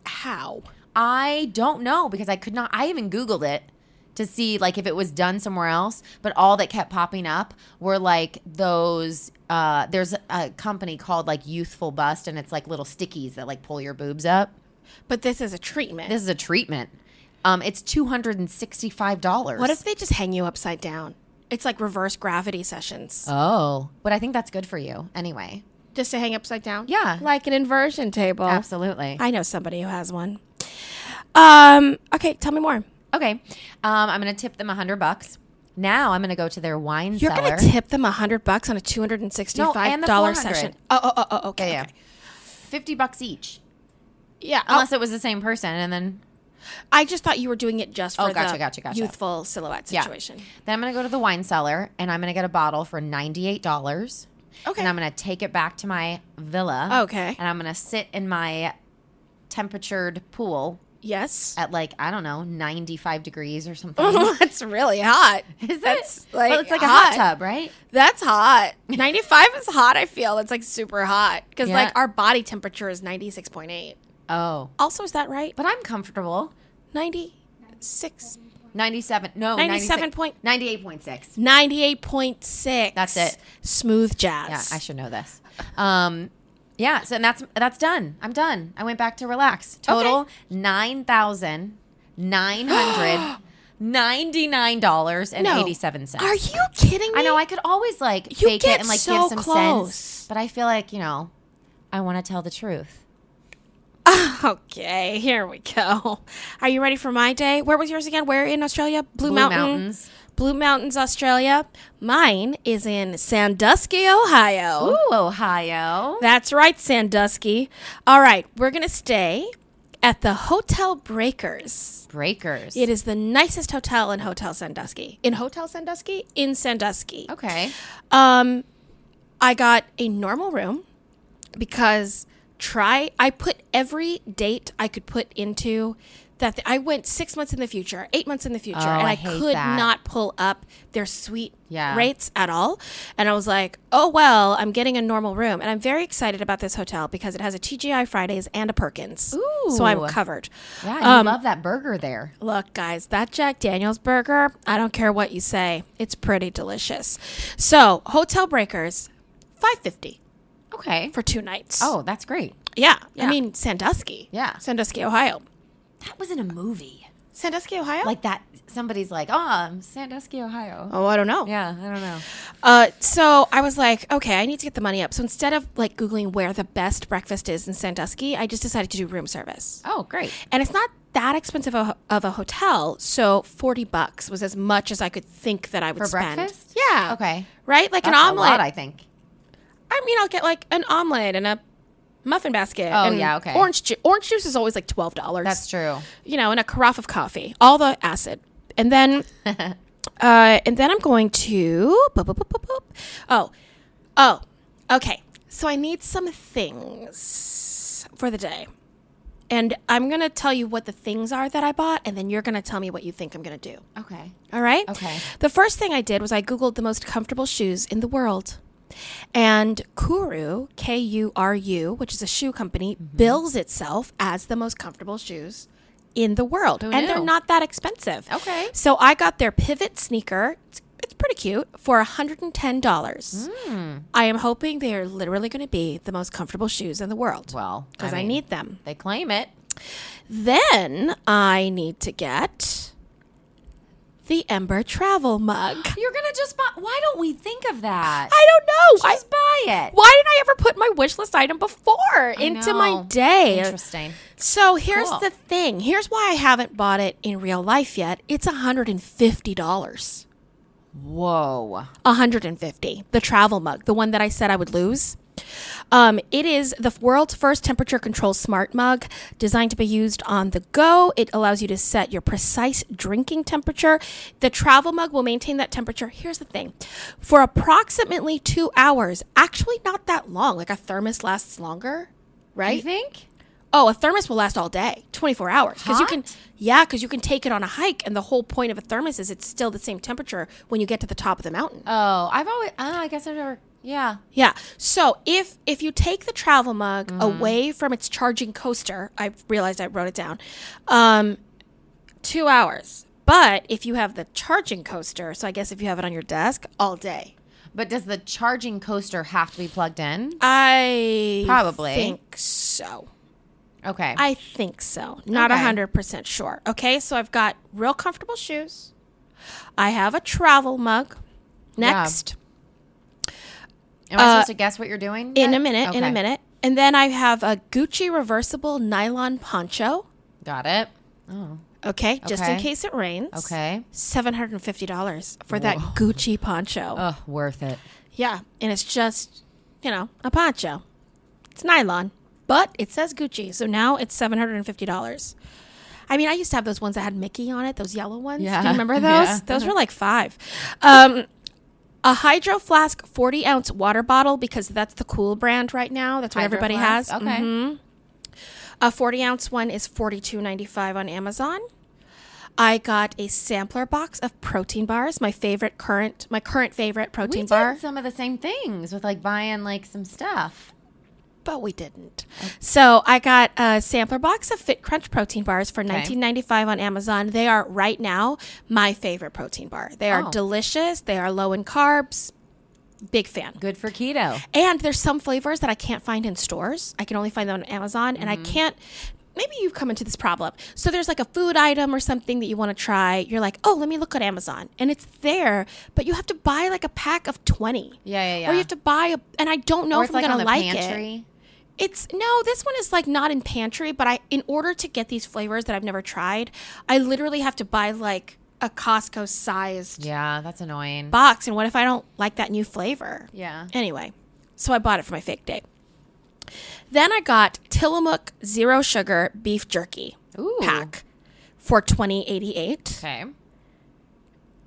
[SPEAKER 1] how?
[SPEAKER 2] I don't know because I could not. I even Googled it to see like if it was done somewhere else, but all that kept popping up were like those. Uh, there's a, a company called like Youthful Bust, and it's like little stickies that like pull your boobs up.
[SPEAKER 1] But this is a treatment.
[SPEAKER 2] This is a treatment. Um, it's two hundred and sixty-five dollars.
[SPEAKER 1] what if they just hang you upside down? It's like reverse gravity sessions.
[SPEAKER 2] Oh, but I think that's good for you anyway.
[SPEAKER 1] just to hang upside down?
[SPEAKER 2] Yeah.
[SPEAKER 1] Like an inversion table.
[SPEAKER 2] Absolutely.
[SPEAKER 1] I know somebody who has one. Um, okay, tell me more.
[SPEAKER 2] Okay. Um, I'm gonna tip them a hundred bucks. Now I'm gonna go to their wine
[SPEAKER 1] You're
[SPEAKER 2] cellar.
[SPEAKER 1] going to tip them a 100 bucks on a $265
[SPEAKER 2] the
[SPEAKER 1] dollar
[SPEAKER 2] 400.
[SPEAKER 1] session. Oh, oh, oh, oh, okay.
[SPEAKER 2] yeah, yeah.
[SPEAKER 1] okay.
[SPEAKER 2] Fifty bucks each.
[SPEAKER 1] Yeah. oh,
[SPEAKER 2] Unless it was the same person, and then
[SPEAKER 1] I just thought you were doing it just for
[SPEAKER 2] Oh, gotcha,
[SPEAKER 1] the
[SPEAKER 2] gotcha, gotcha.
[SPEAKER 1] youthful silhouette
[SPEAKER 2] Yeah.
[SPEAKER 1] situation.
[SPEAKER 2] Then I'm gonna go to the wine cellar and I'm gonna get a bottle for ninety eight dollars.
[SPEAKER 1] Okay.
[SPEAKER 2] And I'm gonna take it back to my villa.
[SPEAKER 1] Okay.
[SPEAKER 2] And I'm gonna sit in my temperatured pool
[SPEAKER 1] Yes.
[SPEAKER 2] at like I don't know ninety five degrees or something.
[SPEAKER 1] that's really hot.
[SPEAKER 2] Is
[SPEAKER 1] That's,
[SPEAKER 2] it?
[SPEAKER 1] like,
[SPEAKER 2] well, it's like a hot
[SPEAKER 1] hot.
[SPEAKER 2] tub, right?
[SPEAKER 1] That's hot. 95 is hot, I feel. It's like super hot because
[SPEAKER 2] Yeah.
[SPEAKER 1] like our body temperature is 96.8.
[SPEAKER 2] Oh,
[SPEAKER 1] Also, is that right?
[SPEAKER 2] but I'm comfortable.
[SPEAKER 1] 96.
[SPEAKER 2] Ninety seven. No,
[SPEAKER 1] 97 point-
[SPEAKER 2] ninety eight point six.
[SPEAKER 1] 98.6.
[SPEAKER 2] That's it.
[SPEAKER 1] Smooth
[SPEAKER 2] Yeah,
[SPEAKER 1] jazz.
[SPEAKER 2] I should know this. Um, yeah. So and that's that's done. I'm done. I went back to relax. Total nine thousand nine hundred ninety nine dollars and
[SPEAKER 1] No.
[SPEAKER 2] eighty seven cents.
[SPEAKER 1] Are you kidding me?
[SPEAKER 2] I know I could always like
[SPEAKER 1] You
[SPEAKER 2] fake
[SPEAKER 1] get
[SPEAKER 2] it and like
[SPEAKER 1] so
[SPEAKER 2] give some
[SPEAKER 1] close.
[SPEAKER 2] sense, but I feel like you know I want to tell the truth.
[SPEAKER 1] Okay, here we go. Are you ready for my day? Where was yours again? Where in Australia? Blue,
[SPEAKER 2] Blue
[SPEAKER 1] Mountain.
[SPEAKER 2] Mountains.
[SPEAKER 1] Blue Mountains, Australia. Mine is in Sandusky, Ohio.
[SPEAKER 2] Ooh, Ohio.
[SPEAKER 1] That's right, Sandusky. All right, we're going to stay at the Hotel Breakers.
[SPEAKER 2] Breakers.
[SPEAKER 1] It is the nicest hotel in Hotel Sandusky. In Hotel Sandusky? In Sandusky.
[SPEAKER 2] Okay.
[SPEAKER 1] Um, I got a normal room because try. I put every date I could put into that. I went six months in the future, eight months in the future,
[SPEAKER 2] Oh,
[SPEAKER 1] and
[SPEAKER 2] I
[SPEAKER 1] I,
[SPEAKER 2] hate
[SPEAKER 1] could
[SPEAKER 2] that.
[SPEAKER 1] not pull up their suite
[SPEAKER 2] Yeah.
[SPEAKER 1] rates at all. And I was like, oh, well, I'm getting a normal room. And I'm very excited about this hotel because it has a TGI Fridays and a Perkins. So I'm
[SPEAKER 2] Ooh.
[SPEAKER 1] covered.
[SPEAKER 2] Yeah, you
[SPEAKER 1] Um,
[SPEAKER 2] love that burger there.
[SPEAKER 1] Look, guys, that Jack Daniels burger, I don't care what you say, it's pretty delicious. So, Hotel Breakers, 550
[SPEAKER 2] Okay.
[SPEAKER 1] for two nights.
[SPEAKER 2] Oh, that's great.
[SPEAKER 1] yeah.
[SPEAKER 2] yeah.
[SPEAKER 1] I mean, Sandusky.
[SPEAKER 2] Yeah.
[SPEAKER 1] Sandusky, Ohio.
[SPEAKER 2] That was in a movie.
[SPEAKER 1] Sandusky, Ohio?
[SPEAKER 2] Like that, somebody's like, oh, I'm Sandusky, Ohio.
[SPEAKER 1] oh, I don't know.
[SPEAKER 2] Yeah, I don't know.
[SPEAKER 1] Uh, so I was like, okay, I need to get the money up. So instead of like Googling where the best breakfast is in Sandusky, I just decided to do room service.
[SPEAKER 2] Oh, great.
[SPEAKER 1] And it's not that expensive a, of a hotel. So 40 bucks was as much as I could think that I would
[SPEAKER 2] For
[SPEAKER 1] spend.
[SPEAKER 2] breakfast?
[SPEAKER 1] Yeah.
[SPEAKER 2] Okay.
[SPEAKER 1] Right? Like
[SPEAKER 2] That's
[SPEAKER 1] an
[SPEAKER 2] a lot,
[SPEAKER 1] omelet.
[SPEAKER 2] I think.
[SPEAKER 1] I mean, I'll get like an omelet and a muffin basket.
[SPEAKER 2] Oh,
[SPEAKER 1] and
[SPEAKER 2] yeah, okay.
[SPEAKER 1] Orange ju- orange juice is always like twelve dollars.
[SPEAKER 2] That's true.
[SPEAKER 1] you know, and a carafe of coffee, all the acid, and then, uh, and then I'm going to boop, boop, boop, boop, boop. oh, oh, okay. So I need some things for the day, and I'm gonna tell you what the things are that I bought, and then you're gonna tell me what you think I'm gonna do.
[SPEAKER 2] Okay.
[SPEAKER 1] All right.
[SPEAKER 2] Okay.
[SPEAKER 1] The first thing I did was I Googled the most comfortable shoes in the world. And Kuru, K U R U, which is a shoe company,
[SPEAKER 2] Mm-hmm.
[SPEAKER 1] bills itself as the most comfortable shoes in the world. and they're
[SPEAKER 2] knew?
[SPEAKER 1] not that expensive.
[SPEAKER 2] Oh, Okay.
[SPEAKER 1] So I got their pivot sneaker. It's, it's pretty cute for $110.
[SPEAKER 2] Hmm.
[SPEAKER 1] I am hoping they are literally going to be the most comfortable shoes in the world.
[SPEAKER 2] Well,
[SPEAKER 1] because I,
[SPEAKER 2] mean,
[SPEAKER 1] need them.
[SPEAKER 2] They claim it.
[SPEAKER 1] Then I need to get the Ember travel mug.
[SPEAKER 2] You're going to just buy. Why don't we think of that?
[SPEAKER 1] I don't know. Why,
[SPEAKER 2] just buy it.
[SPEAKER 1] why didn't I ever put my wish list item before into my
[SPEAKER 2] know.
[SPEAKER 1] day?
[SPEAKER 2] Interesting.
[SPEAKER 1] So here's
[SPEAKER 2] Cool.
[SPEAKER 1] the thing. Here's why I haven't bought it in real life yet. It's $150.
[SPEAKER 2] Whoa.
[SPEAKER 1] 150. The travel mug, the one that I said I would lose. Um, it is the world's first temperature control smart mug designed to be used on the go. It allows you to set your precise drinking temperature. The travel mug will maintain that temperature. Here's the thing for approximately two hours, actually, not that long. Like a thermos lasts longer,
[SPEAKER 2] You
[SPEAKER 1] right?
[SPEAKER 2] think?
[SPEAKER 1] Oh, a thermos will last all day, 24 hours. Because you can,
[SPEAKER 2] Hot?
[SPEAKER 1] yeah, because you can take it on a hike. And the whole point of a thermos is it's still the same temperature when you get to the top of the mountain.
[SPEAKER 2] Oh, I've always. Oh, I guess I've never. Yeah.
[SPEAKER 1] Yeah. So if if you take the travel mug
[SPEAKER 2] Mm-hmm.
[SPEAKER 1] away from its charging coaster, I realized I wrote it down. Um, two hours. But if you have the charging coaster, so I guess if you have it on your desk all day,
[SPEAKER 2] But does the charging coaster have to be plugged in?
[SPEAKER 1] I
[SPEAKER 2] Probably.
[SPEAKER 1] think so.
[SPEAKER 2] Okay.
[SPEAKER 1] I think so. Not a
[SPEAKER 2] Okay.
[SPEAKER 1] hundred percent sure. Okay, so I've got real comfortable shoes. I have a travel mug. Next,
[SPEAKER 2] Am I supposed to guess what you're doing?
[SPEAKER 1] in a
[SPEAKER 2] yet?
[SPEAKER 1] minute, in a
[SPEAKER 2] Okay.
[SPEAKER 1] minute, and then I have a Gucci reversible nylon poncho.
[SPEAKER 2] Got it. Oh.
[SPEAKER 1] Okay, just in
[SPEAKER 2] Okay.
[SPEAKER 1] case it rains.
[SPEAKER 2] Okay.
[SPEAKER 1] $750 for that Gucci poncho.
[SPEAKER 2] Oh, worth it.
[SPEAKER 1] yeah, and it's just, you know, a poncho. It's nylon, but it says Gucci, so now it's $750. I mean, I used to have those ones that had Mickey on it, those yellow ones. Do
[SPEAKER 2] Yeah. Uh-huh.
[SPEAKER 1] you remember those?
[SPEAKER 2] Yeah.
[SPEAKER 1] Those were like five. Um, a hydro flask 40 ounce water bottle because that's the cool brand right now. That's what
[SPEAKER 2] Hydro
[SPEAKER 1] everybody
[SPEAKER 2] Flask,
[SPEAKER 1] has.
[SPEAKER 2] Okay.
[SPEAKER 1] A 40 ounce one is $42.95 on Amazon. I got a sampler box of protein bars, my favorite current, my current favorite
[SPEAKER 2] We
[SPEAKER 1] protein
[SPEAKER 2] did
[SPEAKER 1] bar,
[SPEAKER 2] some of the same things with like buying like some stuff.
[SPEAKER 1] but we didn't. So I got a sampler box of Fit Crunch protein bars for $19.95 on Amazon. They are right now my favorite protein bar. They are
[SPEAKER 2] Oh.
[SPEAKER 1] delicious. They are low in carbs. Big fan.
[SPEAKER 2] Good for keto.
[SPEAKER 1] And there's some flavors that I can't find in stores. I can only find them on Amazon, and I
[SPEAKER 2] Mm-hmm.
[SPEAKER 1] can't. Maybe you've come into this problem. So there's like a food item or something that you want to try. You're like, oh, let me look at Amazon, and it's there, but you have to buy like a pack of twenty.
[SPEAKER 2] Yeah, yeah,
[SPEAKER 1] Or
[SPEAKER 2] yeah.
[SPEAKER 1] you have to buy a, and I don't know
[SPEAKER 2] Or
[SPEAKER 1] if
[SPEAKER 2] it's
[SPEAKER 1] I'm
[SPEAKER 2] like on
[SPEAKER 1] gonna
[SPEAKER 2] the
[SPEAKER 1] like it.
[SPEAKER 2] pantry.
[SPEAKER 1] It's no, this one is like not in pantry, but I in order to get these flavors that I've never tried, I literally have to buy like a Costco sized
[SPEAKER 2] Yeah, that's annoying.
[SPEAKER 1] box. And what if I don't like that new flavor?
[SPEAKER 2] yeah.
[SPEAKER 1] Anyway, so I bought it for my fake date. Then I got Tillamook zero sugar beef jerky
[SPEAKER 2] Ooh.
[SPEAKER 1] pack for 2088.
[SPEAKER 2] Okay.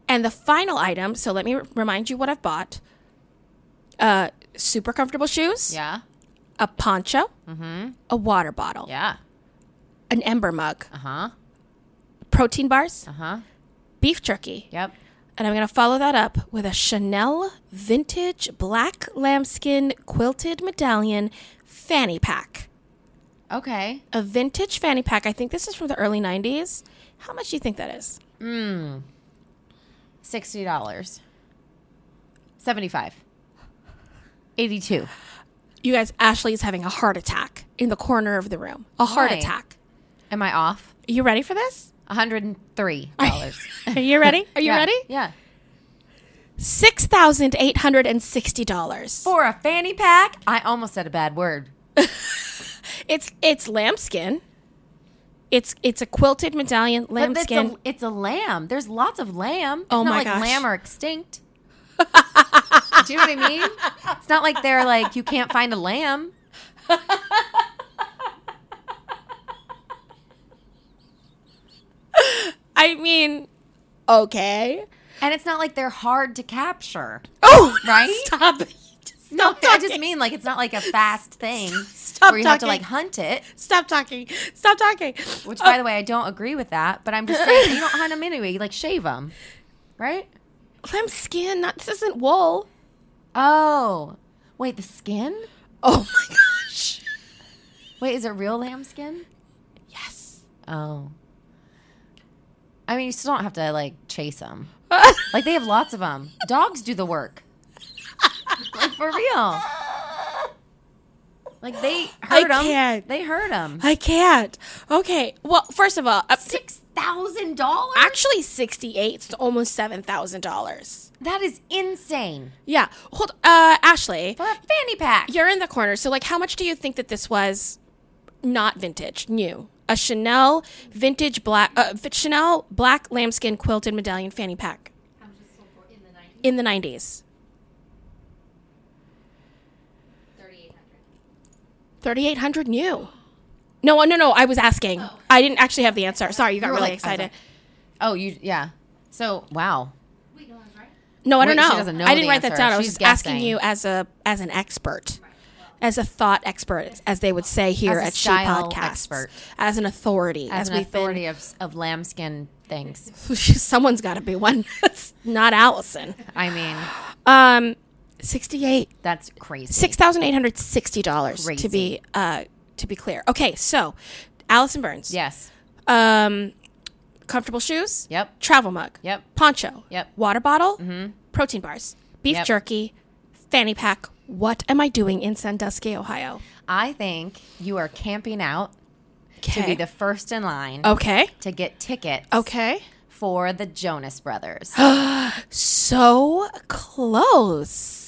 [SPEAKER 1] And the final item, so let me r- remind you what I've bought. Uh super comfortable shoes.
[SPEAKER 2] Yeah. Mm-hmm.
[SPEAKER 1] a poncho, a water bottle,
[SPEAKER 2] Yeah.
[SPEAKER 1] an ember mug,
[SPEAKER 2] Uh huh.
[SPEAKER 1] protein bars,
[SPEAKER 2] Uh huh.
[SPEAKER 1] beef jerky.
[SPEAKER 2] Yep.
[SPEAKER 1] And I'm going to follow that up with a Chanel vintage black lambskin quilted medallion fanny pack.
[SPEAKER 2] Okay.
[SPEAKER 1] A vintage fanny pack. I think this is from the early 90s. How much do you think that is?
[SPEAKER 2] Sixty dollars. Seventy-five. Eighty-two.
[SPEAKER 1] You guys, Ashley is having a heart attack in the corner of the room. A heart
[SPEAKER 2] Why?
[SPEAKER 1] attack.
[SPEAKER 2] Am I off?
[SPEAKER 1] You ready for this?
[SPEAKER 2] One hundred and three dollars.
[SPEAKER 1] Are you ready? Are you
[SPEAKER 2] Yeah.
[SPEAKER 1] ready?
[SPEAKER 2] Yeah.
[SPEAKER 1] $6,860.
[SPEAKER 2] For a fanny pack? I almost said a bad word.
[SPEAKER 1] It's it's lambskin. It's it's a quilted medallion
[SPEAKER 2] But it's
[SPEAKER 1] lambskin.
[SPEAKER 2] a, it's a lamb. There's lots of lamb. It's
[SPEAKER 1] Oh
[SPEAKER 2] not
[SPEAKER 1] my
[SPEAKER 2] like
[SPEAKER 1] gosh.
[SPEAKER 2] lamb are extinct. Do you know what I mean? It's not like they're like you can't find a lamb.
[SPEAKER 1] I mean, okay.
[SPEAKER 2] And it's not like they're hard to capture.
[SPEAKER 1] Oh,
[SPEAKER 2] Right?
[SPEAKER 1] Stop it.
[SPEAKER 2] No,
[SPEAKER 1] Stop
[SPEAKER 2] I
[SPEAKER 1] talking.
[SPEAKER 2] just mean like it's not like a fast thing
[SPEAKER 1] Stop
[SPEAKER 2] where you have to like
[SPEAKER 1] talking.
[SPEAKER 2] hunt it.
[SPEAKER 1] Stop talking. Stop talking. Oh,
[SPEAKER 2] Which, by the way, I don't agree with that. But I'm just saying you don't hunt them anyway. You like shave them, right?
[SPEAKER 1] Lamb skin. Not this isn't wool.
[SPEAKER 2] Oh, wait, the skin?
[SPEAKER 1] Oh my gosh.
[SPEAKER 2] Wait, is it real lamb skin?
[SPEAKER 1] Yes.
[SPEAKER 2] Oh. I mean, you still don't have to like chase them. Like they have lots of them. Dogs do the work. Like for real. Like they hurt them.
[SPEAKER 1] can't.
[SPEAKER 2] They hurt them.
[SPEAKER 1] I can't. Okay. Well, first of all, uh,
[SPEAKER 2] Six thousand dollars.
[SPEAKER 1] actually, sixty-eight to almost seven thousand dollars.
[SPEAKER 2] That is insane
[SPEAKER 1] Yeah. Hold, uh, Ashley,
[SPEAKER 2] for a fanny pack.
[SPEAKER 1] you're in the corner. So, like, how much do you think that this was? Not vintage, new. A Chanel vintage black uh, v- Chanel black lambskin quilted medallion fanny pack in the nineties. Thirty eight hundred new. No, no, no. I was asking. I didn't actually have the answer. Sorry, you got
[SPEAKER 2] Oh. You were
[SPEAKER 1] really
[SPEAKER 2] like- I was
[SPEAKER 1] excited.
[SPEAKER 2] like- Oh, you yeah. So wow.
[SPEAKER 1] No, I don't
[SPEAKER 2] Wait, she
[SPEAKER 1] know.
[SPEAKER 2] doesn't know
[SPEAKER 1] I didn't
[SPEAKER 2] the
[SPEAKER 1] write that
[SPEAKER 2] answer.
[SPEAKER 1] down. I was
[SPEAKER 2] She's
[SPEAKER 1] just asking
[SPEAKER 2] guessing.
[SPEAKER 1] you as a as an expert, as a thought expert, as they would say here
[SPEAKER 2] As a
[SPEAKER 1] at She
[SPEAKER 2] style
[SPEAKER 1] Podcasts,
[SPEAKER 2] expert.
[SPEAKER 1] as an authority, as,
[SPEAKER 2] As, an
[SPEAKER 1] we've
[SPEAKER 2] authority of of lambskin things.
[SPEAKER 1] been. Someone's got to be one. That's not Allison.
[SPEAKER 2] I mean,
[SPEAKER 1] Um, sixty-eight,
[SPEAKER 2] that's crazy.
[SPEAKER 1] six thousand eight hundred sixty dollars to
[SPEAKER 2] Crazy.
[SPEAKER 1] be uh to be clear. Okay, so Allison Burns.
[SPEAKER 2] Yes.
[SPEAKER 1] Um, comfortable shoes.
[SPEAKER 2] Yep.
[SPEAKER 1] Travel mug.
[SPEAKER 2] Yep.
[SPEAKER 1] Poncho.
[SPEAKER 2] Yep. Mm-hmm.
[SPEAKER 1] Water bottle. Protein bars. Beef
[SPEAKER 2] Yep.
[SPEAKER 1] jerky. Fanny pack. What am I doing in Sandusky, Ohio?
[SPEAKER 2] I think you are camping out to
[SPEAKER 1] Okay. Oh.
[SPEAKER 2] be the first in line
[SPEAKER 1] okay.
[SPEAKER 2] to get tickets
[SPEAKER 1] Okay.
[SPEAKER 2] for the Jonas Brothers.
[SPEAKER 1] So close.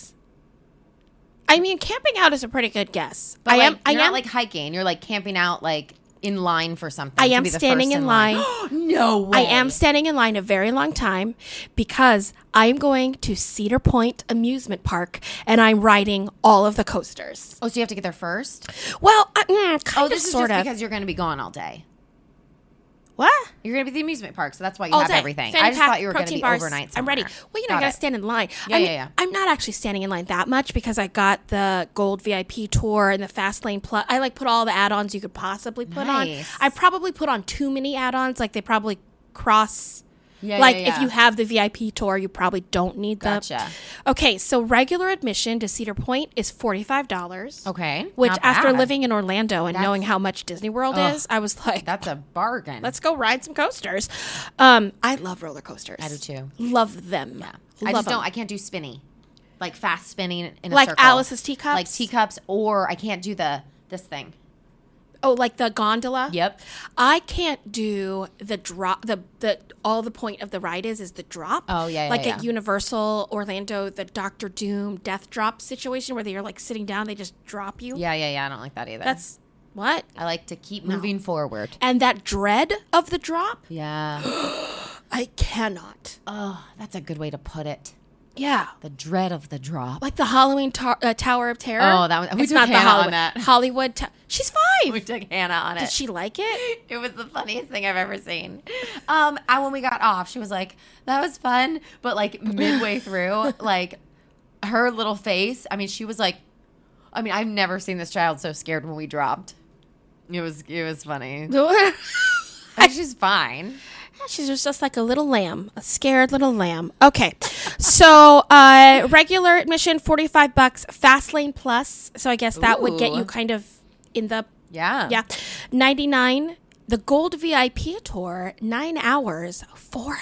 [SPEAKER 1] I mean, camping out is a pretty good guess.
[SPEAKER 2] But
[SPEAKER 1] I
[SPEAKER 2] like,
[SPEAKER 1] am. I
[SPEAKER 2] you're not
[SPEAKER 1] am
[SPEAKER 2] like hiking. You're like camping out, like in line for something.
[SPEAKER 1] I
[SPEAKER 2] to
[SPEAKER 1] am
[SPEAKER 2] be the
[SPEAKER 1] standing
[SPEAKER 2] first
[SPEAKER 1] in line.
[SPEAKER 2] no way.
[SPEAKER 1] I am standing in line a very long time because I am going to Cedar Point Amusement Park and I'm riding all of the coasters.
[SPEAKER 2] Oh, so you have to get there first.
[SPEAKER 1] Well, uh, mm, kind
[SPEAKER 2] Oh,
[SPEAKER 1] of,
[SPEAKER 2] this is
[SPEAKER 1] sort
[SPEAKER 2] just
[SPEAKER 1] of.
[SPEAKER 2] because you're going to be gone all day.
[SPEAKER 1] what?
[SPEAKER 2] You're going to be at the amusement park, so that's why you
[SPEAKER 1] All
[SPEAKER 2] have
[SPEAKER 1] day.
[SPEAKER 2] everything.
[SPEAKER 1] Fanny
[SPEAKER 2] I just
[SPEAKER 1] pack,
[SPEAKER 2] thought you were going to
[SPEAKER 1] protein
[SPEAKER 2] be
[SPEAKER 1] bars.
[SPEAKER 2] overnight.
[SPEAKER 1] I'm ready.
[SPEAKER 2] somewhere.
[SPEAKER 1] Well, you know, I
[SPEAKER 2] Got
[SPEAKER 1] gotta
[SPEAKER 2] it.
[SPEAKER 1] stand in line.
[SPEAKER 2] Yeah,
[SPEAKER 1] I
[SPEAKER 2] yeah,
[SPEAKER 1] mean,
[SPEAKER 2] yeah.
[SPEAKER 1] I'm not actually standing in line that much because I got the Gold VIP tour and the Fast Lane Plus. I like put all the add-ons you could possibly put
[SPEAKER 2] Nice.
[SPEAKER 1] on. I probably put on too many add-ons. Like they probably cross.
[SPEAKER 2] Yeah,
[SPEAKER 1] like
[SPEAKER 2] yeah,
[SPEAKER 1] if
[SPEAKER 2] yeah.
[SPEAKER 1] you have the VIP tour, you probably don't need them.
[SPEAKER 2] Gotcha.
[SPEAKER 1] Okay, so regular admission to Cedar Point is forty-five dollars.
[SPEAKER 2] Okay,
[SPEAKER 1] Which
[SPEAKER 2] Oh, not
[SPEAKER 1] after
[SPEAKER 2] bad.
[SPEAKER 1] living in Orlando and
[SPEAKER 2] That's-
[SPEAKER 1] knowing how much Disney World
[SPEAKER 2] Ugh.
[SPEAKER 1] is, I was like,
[SPEAKER 2] That's a bargain.
[SPEAKER 1] let's go ride some coasters. Um, I love roller coasters.
[SPEAKER 2] I do too.
[SPEAKER 1] Love them.
[SPEAKER 2] I
[SPEAKER 1] Love
[SPEAKER 2] just
[SPEAKER 1] 'em.
[SPEAKER 2] don't. I can't do spinny, like fast spinning in a
[SPEAKER 1] Like
[SPEAKER 2] circle.
[SPEAKER 1] Alice's teacups?
[SPEAKER 2] like teacups, or I can't do the this thing.
[SPEAKER 1] oh, like the gondola.
[SPEAKER 2] Yep.
[SPEAKER 1] I can't do the drop. The the all the point of the ride is is the drop.
[SPEAKER 2] Oh, yeah, yeah,
[SPEAKER 1] like
[SPEAKER 2] yeah.
[SPEAKER 1] at Universal Orlando, the Doctor Doom death drop situation where you're like sitting down, they just drop you.
[SPEAKER 2] Yeah, yeah, yeah. I don't like that either.
[SPEAKER 1] That's what.
[SPEAKER 2] I like to keep moving forward.
[SPEAKER 1] And that dread of the drop,
[SPEAKER 2] Yeah.
[SPEAKER 1] I cannot.
[SPEAKER 2] oh, that's a good way to put it.
[SPEAKER 1] Yeah.
[SPEAKER 2] The dread of the drop.
[SPEAKER 1] Like the Halloween tar- uh, Tower of Terror.
[SPEAKER 2] Oh, that was- we
[SPEAKER 1] it's
[SPEAKER 2] took
[SPEAKER 1] not the
[SPEAKER 2] Hannah on
[SPEAKER 1] Hollywood.
[SPEAKER 2] that.
[SPEAKER 1] Hollywood. Ta- She's five.
[SPEAKER 2] we took Hannah on
[SPEAKER 1] Did
[SPEAKER 2] it.
[SPEAKER 1] she like it?
[SPEAKER 2] it was the funniest thing I've ever seen. Um, and when we got off, she was like, "That was fun," but like midway through, like her little face. I mean, she was like, I mean, I've never seen this child so scared when we dropped. It was it was funny. And she's fine.
[SPEAKER 1] She's just, just like a little lamb, a scared little lamb. Okay. So, uh, regular admission, 45 bucks, fast lane plus. So, I guess that would get
[SPEAKER 2] Ooh.
[SPEAKER 1] you kind of in the,
[SPEAKER 2] Yeah.
[SPEAKER 1] yeah, 99. The gold VIP tour, nine hours,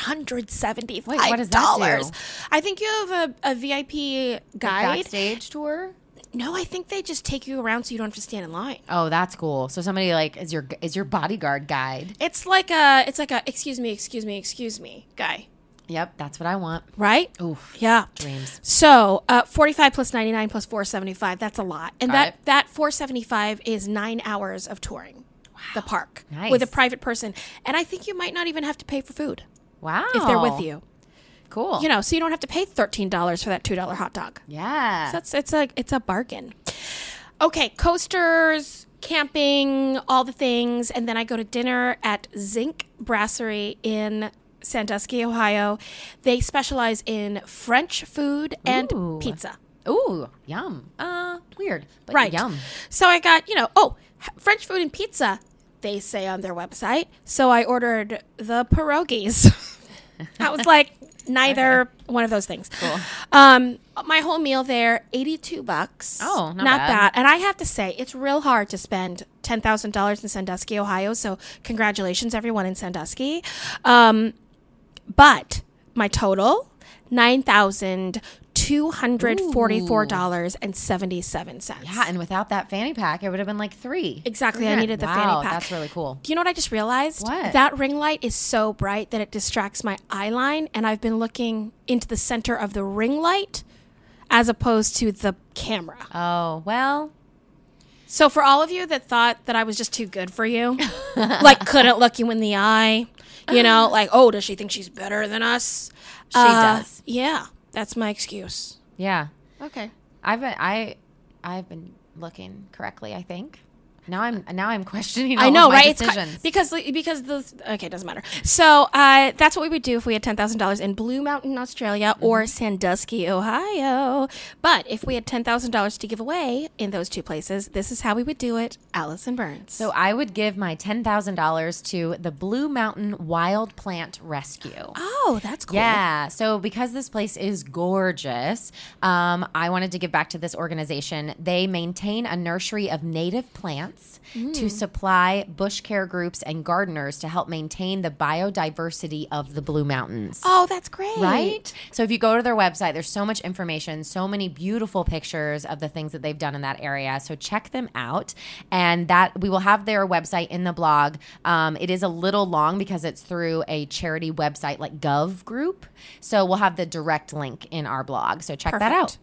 [SPEAKER 1] $475.
[SPEAKER 2] Wait, what does that do?
[SPEAKER 1] I think you have a, a VIP guide.
[SPEAKER 2] Backstage tour.
[SPEAKER 1] no, I think they just take you around so you don't have to stand in line.
[SPEAKER 2] Oh, that's cool. So somebody like is your is your bodyguard guide.
[SPEAKER 1] It's like a, it's like a, excuse me, excuse me, excuse me guy,
[SPEAKER 2] Yep, that's what I want.
[SPEAKER 1] right?
[SPEAKER 2] Oof.
[SPEAKER 1] Yeah.
[SPEAKER 2] Dreams.
[SPEAKER 1] So, uh, 45 plus 99 plus 475, that's a lot. And
[SPEAKER 2] Got
[SPEAKER 1] that,
[SPEAKER 2] it.
[SPEAKER 1] that 475 is nine hours of touring the park
[SPEAKER 2] Nice.
[SPEAKER 1] with a private person. And I think you might not even have to pay for food
[SPEAKER 2] Wow.
[SPEAKER 1] if they're
[SPEAKER 2] Oh.
[SPEAKER 1] with you.
[SPEAKER 2] Cool.
[SPEAKER 1] You know, so you don't have to pay $13 for that $2 hot dog.
[SPEAKER 2] Yeah.
[SPEAKER 1] That's it's a it's a bargain. Okay, coasters, camping, all the things, and then I go to dinner at Zinc Brasserie in Sandusky, Ohio. They specialize in French food and
[SPEAKER 2] Ooh.
[SPEAKER 1] pizza.
[SPEAKER 2] Ooh, yum. Uh, weird, but
[SPEAKER 1] Right.
[SPEAKER 2] yum.
[SPEAKER 1] So I got, you know, oh, h- French food and pizza, they say on their website. So I ordered the pierogies. I was like, neither one of those things. Cool. Um, my whole meal there, 82 bucks.
[SPEAKER 2] Oh, not
[SPEAKER 1] bad.
[SPEAKER 2] bad.
[SPEAKER 1] And I have to say, it's real hard to spend $10,000 in Sandusky, Ohio. So congratulations, everyone in Sandusky. Um, but my total, $9,244.77.
[SPEAKER 2] Yeah, and without that fanny pack, it would have been like three.
[SPEAKER 1] Exactly, I
[SPEAKER 2] Isn't it?
[SPEAKER 1] needed the
[SPEAKER 2] wow,
[SPEAKER 1] fanny pack.
[SPEAKER 2] That's really cool.
[SPEAKER 1] Do you know what I just realized?
[SPEAKER 2] What?
[SPEAKER 1] That ring light is so bright that it distracts my eye line, and I've been looking into the center of the ring light as opposed to the camera.
[SPEAKER 2] Oh well,
[SPEAKER 1] So, for all of you that thought that I was just too good for you, like couldn't look you in the eye, you know, like, oh, does she think she's better than us? She
[SPEAKER 2] does.
[SPEAKER 1] Yeah, that's my excuse.
[SPEAKER 2] yeah.
[SPEAKER 1] Okay.
[SPEAKER 2] I've been I, I've been looking correctly. I think. Now I'm now I'm questioning. all
[SPEAKER 1] I
[SPEAKER 2] of
[SPEAKER 1] know,
[SPEAKER 2] my
[SPEAKER 1] right? It's
[SPEAKER 2] Decisions.
[SPEAKER 1] ki- because because the okay it doesn't matter. So uh, that's what we would do if we had ten thousand dollars in Blue Mountain, Australia,
[SPEAKER 2] Mm-hmm.
[SPEAKER 1] or Sandusky, Ohio. But if we had ten thousand dollars to give away in those two places, this is how we would do it. Allison Burns.
[SPEAKER 2] so I would give my ten thousand dollars to the Blue Mountain Wild Plant Rescue.
[SPEAKER 1] oh, that's cool.
[SPEAKER 2] Yeah. So because this place is gorgeous, um, I wanted to give back to this organization. They maintain a nursery of native plants to supply bush care groups and gardeners to help maintain the biodiversity of the Blue Mountains.
[SPEAKER 1] Oh, that's great.
[SPEAKER 2] Right? So if you go to their website, there's so much information, so many beautiful pictures of the things that they've done in that area. So check them out, and that we will have their website in the blog. Um, it is a little long because it's through a charity website like Gov Group. So we'll have the direct link in our blog. So check that out.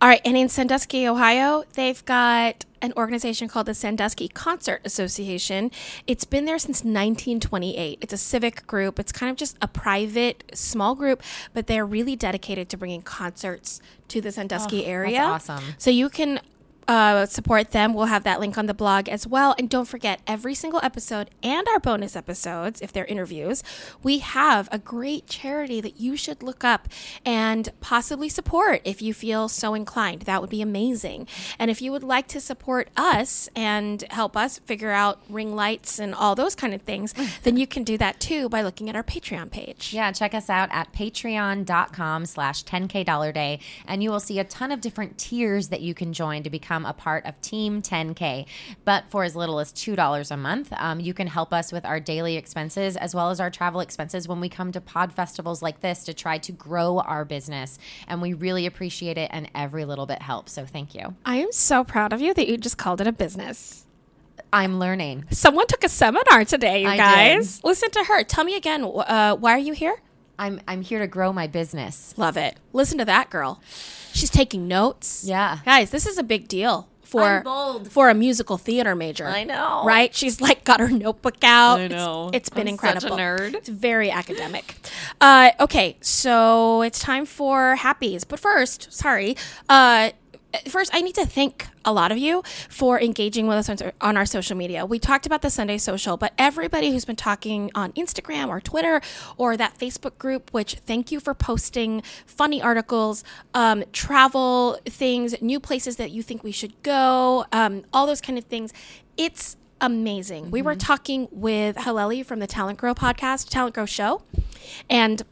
[SPEAKER 1] All right, and in Sandusky, Ohio, they've got an organization called the Sandusky Concert Association. It's been there since 1928. It's a civic group. It's kind of just a private small group, but they're really dedicated to bringing concerts to the Sandusky area.
[SPEAKER 2] awesome.
[SPEAKER 1] So you can uh, support them. We'll have that link on the blog as well. And don't forget, every single episode and our bonus episodes, if they're interviews, we have a great charity that you should look up and possibly support if you feel so inclined. That would be amazing. And if you would like to support us and help us figure out ring lights and all those kind of things, then you can do that too by looking at our Patreon page.
[SPEAKER 2] Yeah, check us out at patreon.com slash 10k dollar day, and you will see a ton of different tiers that you can join to become a part of Team 10k. But for as little as $2 a month, um, you can help us with our daily expenses as well as our travel expenses when we come to pod festivals like this to try to grow our business. And we really appreciate it, and every little bit helps. So thank you.
[SPEAKER 1] I am so proud of you that you just called it a business.
[SPEAKER 2] I'm learning.
[SPEAKER 1] Someone took a seminar today, you
[SPEAKER 2] I
[SPEAKER 1] guys. Listen to her. Tell me again, wh- uh, why are you here?
[SPEAKER 2] I'm, I'm here to grow my business.
[SPEAKER 1] Love it. Listen to that girl. She's taking notes.
[SPEAKER 2] Yeah.
[SPEAKER 1] Guys, this is a big deal for
[SPEAKER 2] I'm bold.
[SPEAKER 1] for a musical theater major.
[SPEAKER 2] I know.
[SPEAKER 1] Right? She's like got her notebook out.
[SPEAKER 2] I
[SPEAKER 1] It's-
[SPEAKER 2] know.
[SPEAKER 1] it's been
[SPEAKER 2] I'm such a
[SPEAKER 1] incredible.
[SPEAKER 2] nerd.
[SPEAKER 1] It's very academic. Uh, okay, so it's time for happies. But first, sorry, uh, first i need to thank a lot of you for engaging with us on, on our social media we talked about the sunday social but everybody who's been talking on instagram or twitter or that facebook group which thank you for posting funny articles um, travel things new places that you think we should go um, all those kind of things it's amazing we were talking with haleli from the talent grow podcast talent grow show and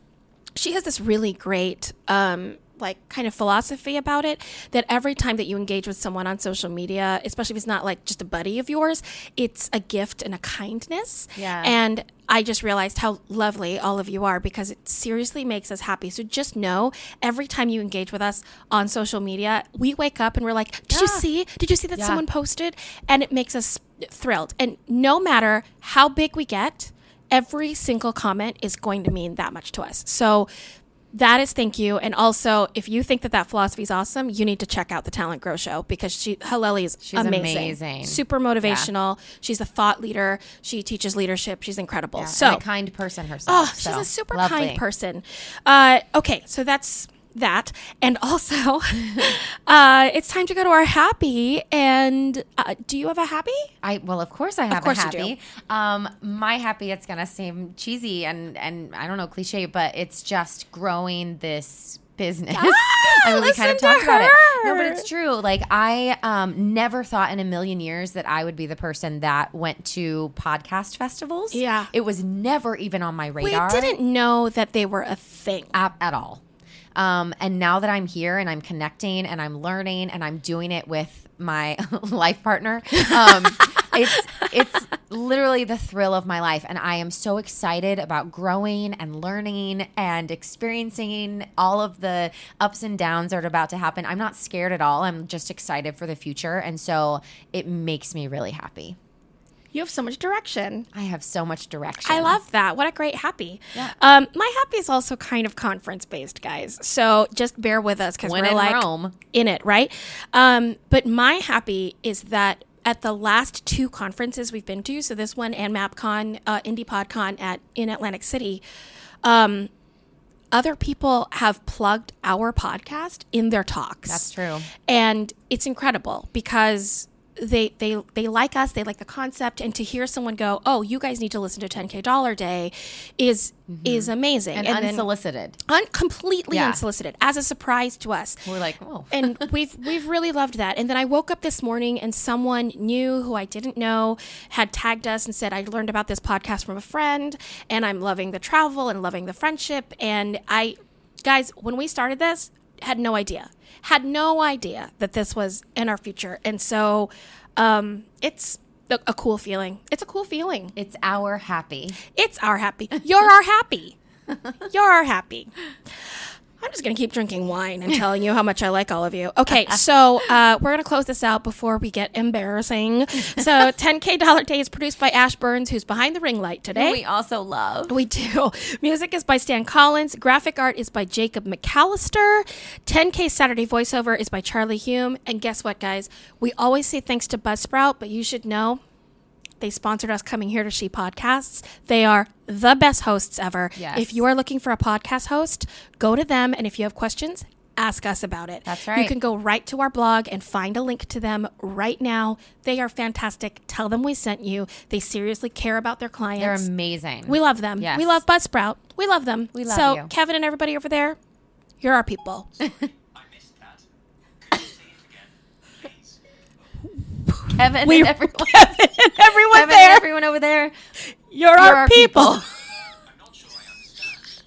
[SPEAKER 1] she has this really great um like kind of philosophy about it that every time that you engage with someone on social media especially if it's not like just a buddy of yours it's a gift and a kindness
[SPEAKER 2] Yeah.
[SPEAKER 1] and i just realized how lovely all of you are because it seriously makes us happy so just know every time you engage with us on social media we wake up and we're like did you
[SPEAKER 2] Yeah.
[SPEAKER 1] see did you see that
[SPEAKER 2] Yeah.
[SPEAKER 1] someone posted and it makes us thrilled and no matter how big we get every single comment is going to mean that much to us so that is thank you and also if you think that that philosophy is awesome you need to check out the talent grow show because she haleli is
[SPEAKER 2] She's
[SPEAKER 1] amazing.
[SPEAKER 2] amazing.
[SPEAKER 1] super motivational she's a thought leader she teaches leadership she's incredible
[SPEAKER 2] Yeah,
[SPEAKER 1] so
[SPEAKER 2] and a kind person herself.
[SPEAKER 1] Oh, she's
[SPEAKER 2] so
[SPEAKER 1] a super
[SPEAKER 2] lovely.
[SPEAKER 1] kind person. Uh, okay, so that's that. And also, uh, it's time to go to our happy. And uh, do you have a happy?
[SPEAKER 2] I well, of course I have
[SPEAKER 1] course
[SPEAKER 2] a
[SPEAKER 1] you do.
[SPEAKER 2] happy. Um, my happy. It's gonna seem cheesy and and I don't know cliche, but it's just growing this business. I really kind of
[SPEAKER 1] Ah, listen to
[SPEAKER 2] talked about it. No, but
[SPEAKER 1] her.
[SPEAKER 2] it's true. Like I um, never thought in a million years that I would be the person that went to podcast festivals.
[SPEAKER 1] Yeah.
[SPEAKER 2] it was never even on my
[SPEAKER 1] We
[SPEAKER 2] radar
[SPEAKER 1] didn't know that they were a thing.
[SPEAKER 2] app at all. Um, and now that I'm here and I'm connecting and I'm learning and I'm doing it with my life partner, um, it's it's literally the thrill of my life, and I am so excited about growing and learning and experiencing all of the ups and downs that are about to happen. I'm not scared at all. I'm just excited for the future, and so it makes me really happy.
[SPEAKER 1] You have so much direction.
[SPEAKER 2] I have so much direction.
[SPEAKER 1] I love that. What a great happy. Um, my happy is also kind of conference based, guys. So just bear with us because
[SPEAKER 2] When
[SPEAKER 1] we're
[SPEAKER 2] in
[SPEAKER 1] like
[SPEAKER 2] Rome.
[SPEAKER 1] in it, right? Um, but my happy is that at the last two conferences we've been to, so this one and MapCon, uh, IndiePodCon at in Atlantic City, um, other people have plugged our podcast in their talks.
[SPEAKER 2] That's true.
[SPEAKER 1] and it's incredible because they they they like us they like the concept and to hear someone go oh you guys need to listen to 10k dollar day is is amazing
[SPEAKER 2] Mm-hmm. and,
[SPEAKER 1] then
[SPEAKER 2] unsolicited.
[SPEAKER 1] un- completely
[SPEAKER 2] Yeah.
[SPEAKER 1] unsolicited as a surprise to us
[SPEAKER 2] We're like, oh,
[SPEAKER 1] and we've we've really loved that. And then I woke up this morning and someone new who I didn't know had tagged us and said I learned about this podcast from a friend and I'm loving the travel and loving the friendship and I guys, when we started this, had no idea. Had no idea that this was in our future. And so um it's a, a cool feeling. It's a cool feeling.
[SPEAKER 2] it's our happy.
[SPEAKER 1] It's our happy. You're our happy. You're our happy. I'm just going to keep drinking wine and telling you how much I like all of you. Okay, so uh, we're going to close this out before we get embarrassing. So, 10K Dollar Day is produced by Ash Burns, who's behind the ring light today.
[SPEAKER 2] We also love.
[SPEAKER 1] We do. Music is by Stan Collins. Graphic art is by Jacob McAllister. 10K Saturday voiceover is by Charlie Hume. And guess what, guys? We always say thanks to Buzzsprout, but you should know they sponsored us coming here to She Podcasts. They are the best hosts ever.
[SPEAKER 2] Yes.
[SPEAKER 1] If you are looking for a podcast host, go to them. And if you have questions, ask us about it.
[SPEAKER 2] That's
[SPEAKER 1] You
[SPEAKER 2] right.
[SPEAKER 1] can go right to our blog and find a link to them right now. They are fantastic. Tell them we sent you. They seriously care about their clients.
[SPEAKER 2] They're amazing.
[SPEAKER 1] We love them.
[SPEAKER 2] Yes.
[SPEAKER 1] We love Buzzsprout. We love them. We
[SPEAKER 2] love
[SPEAKER 1] so,
[SPEAKER 2] you.
[SPEAKER 1] Kevin and everybody over there, you're our people.
[SPEAKER 3] I missed that. Could you say it again, please?
[SPEAKER 2] Kevin
[SPEAKER 1] We-
[SPEAKER 2] and everyone,
[SPEAKER 1] Everyone
[SPEAKER 2] Kevin
[SPEAKER 1] there,
[SPEAKER 2] and everyone over there.
[SPEAKER 1] you're, our,
[SPEAKER 2] our
[SPEAKER 1] people.
[SPEAKER 2] people.
[SPEAKER 3] I'm not sure I understand.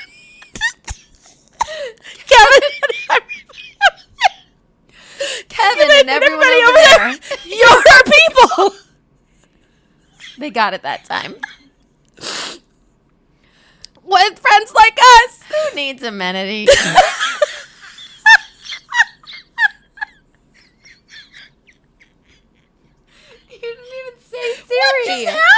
[SPEAKER 1] Kevin and everybody,
[SPEAKER 2] Kevin and everyone over, there.
[SPEAKER 1] you're our people.
[SPEAKER 2] They got it that time.
[SPEAKER 1] With friends like us.
[SPEAKER 2] Who needs amenities? you didn't even say Siri.
[SPEAKER 1] What just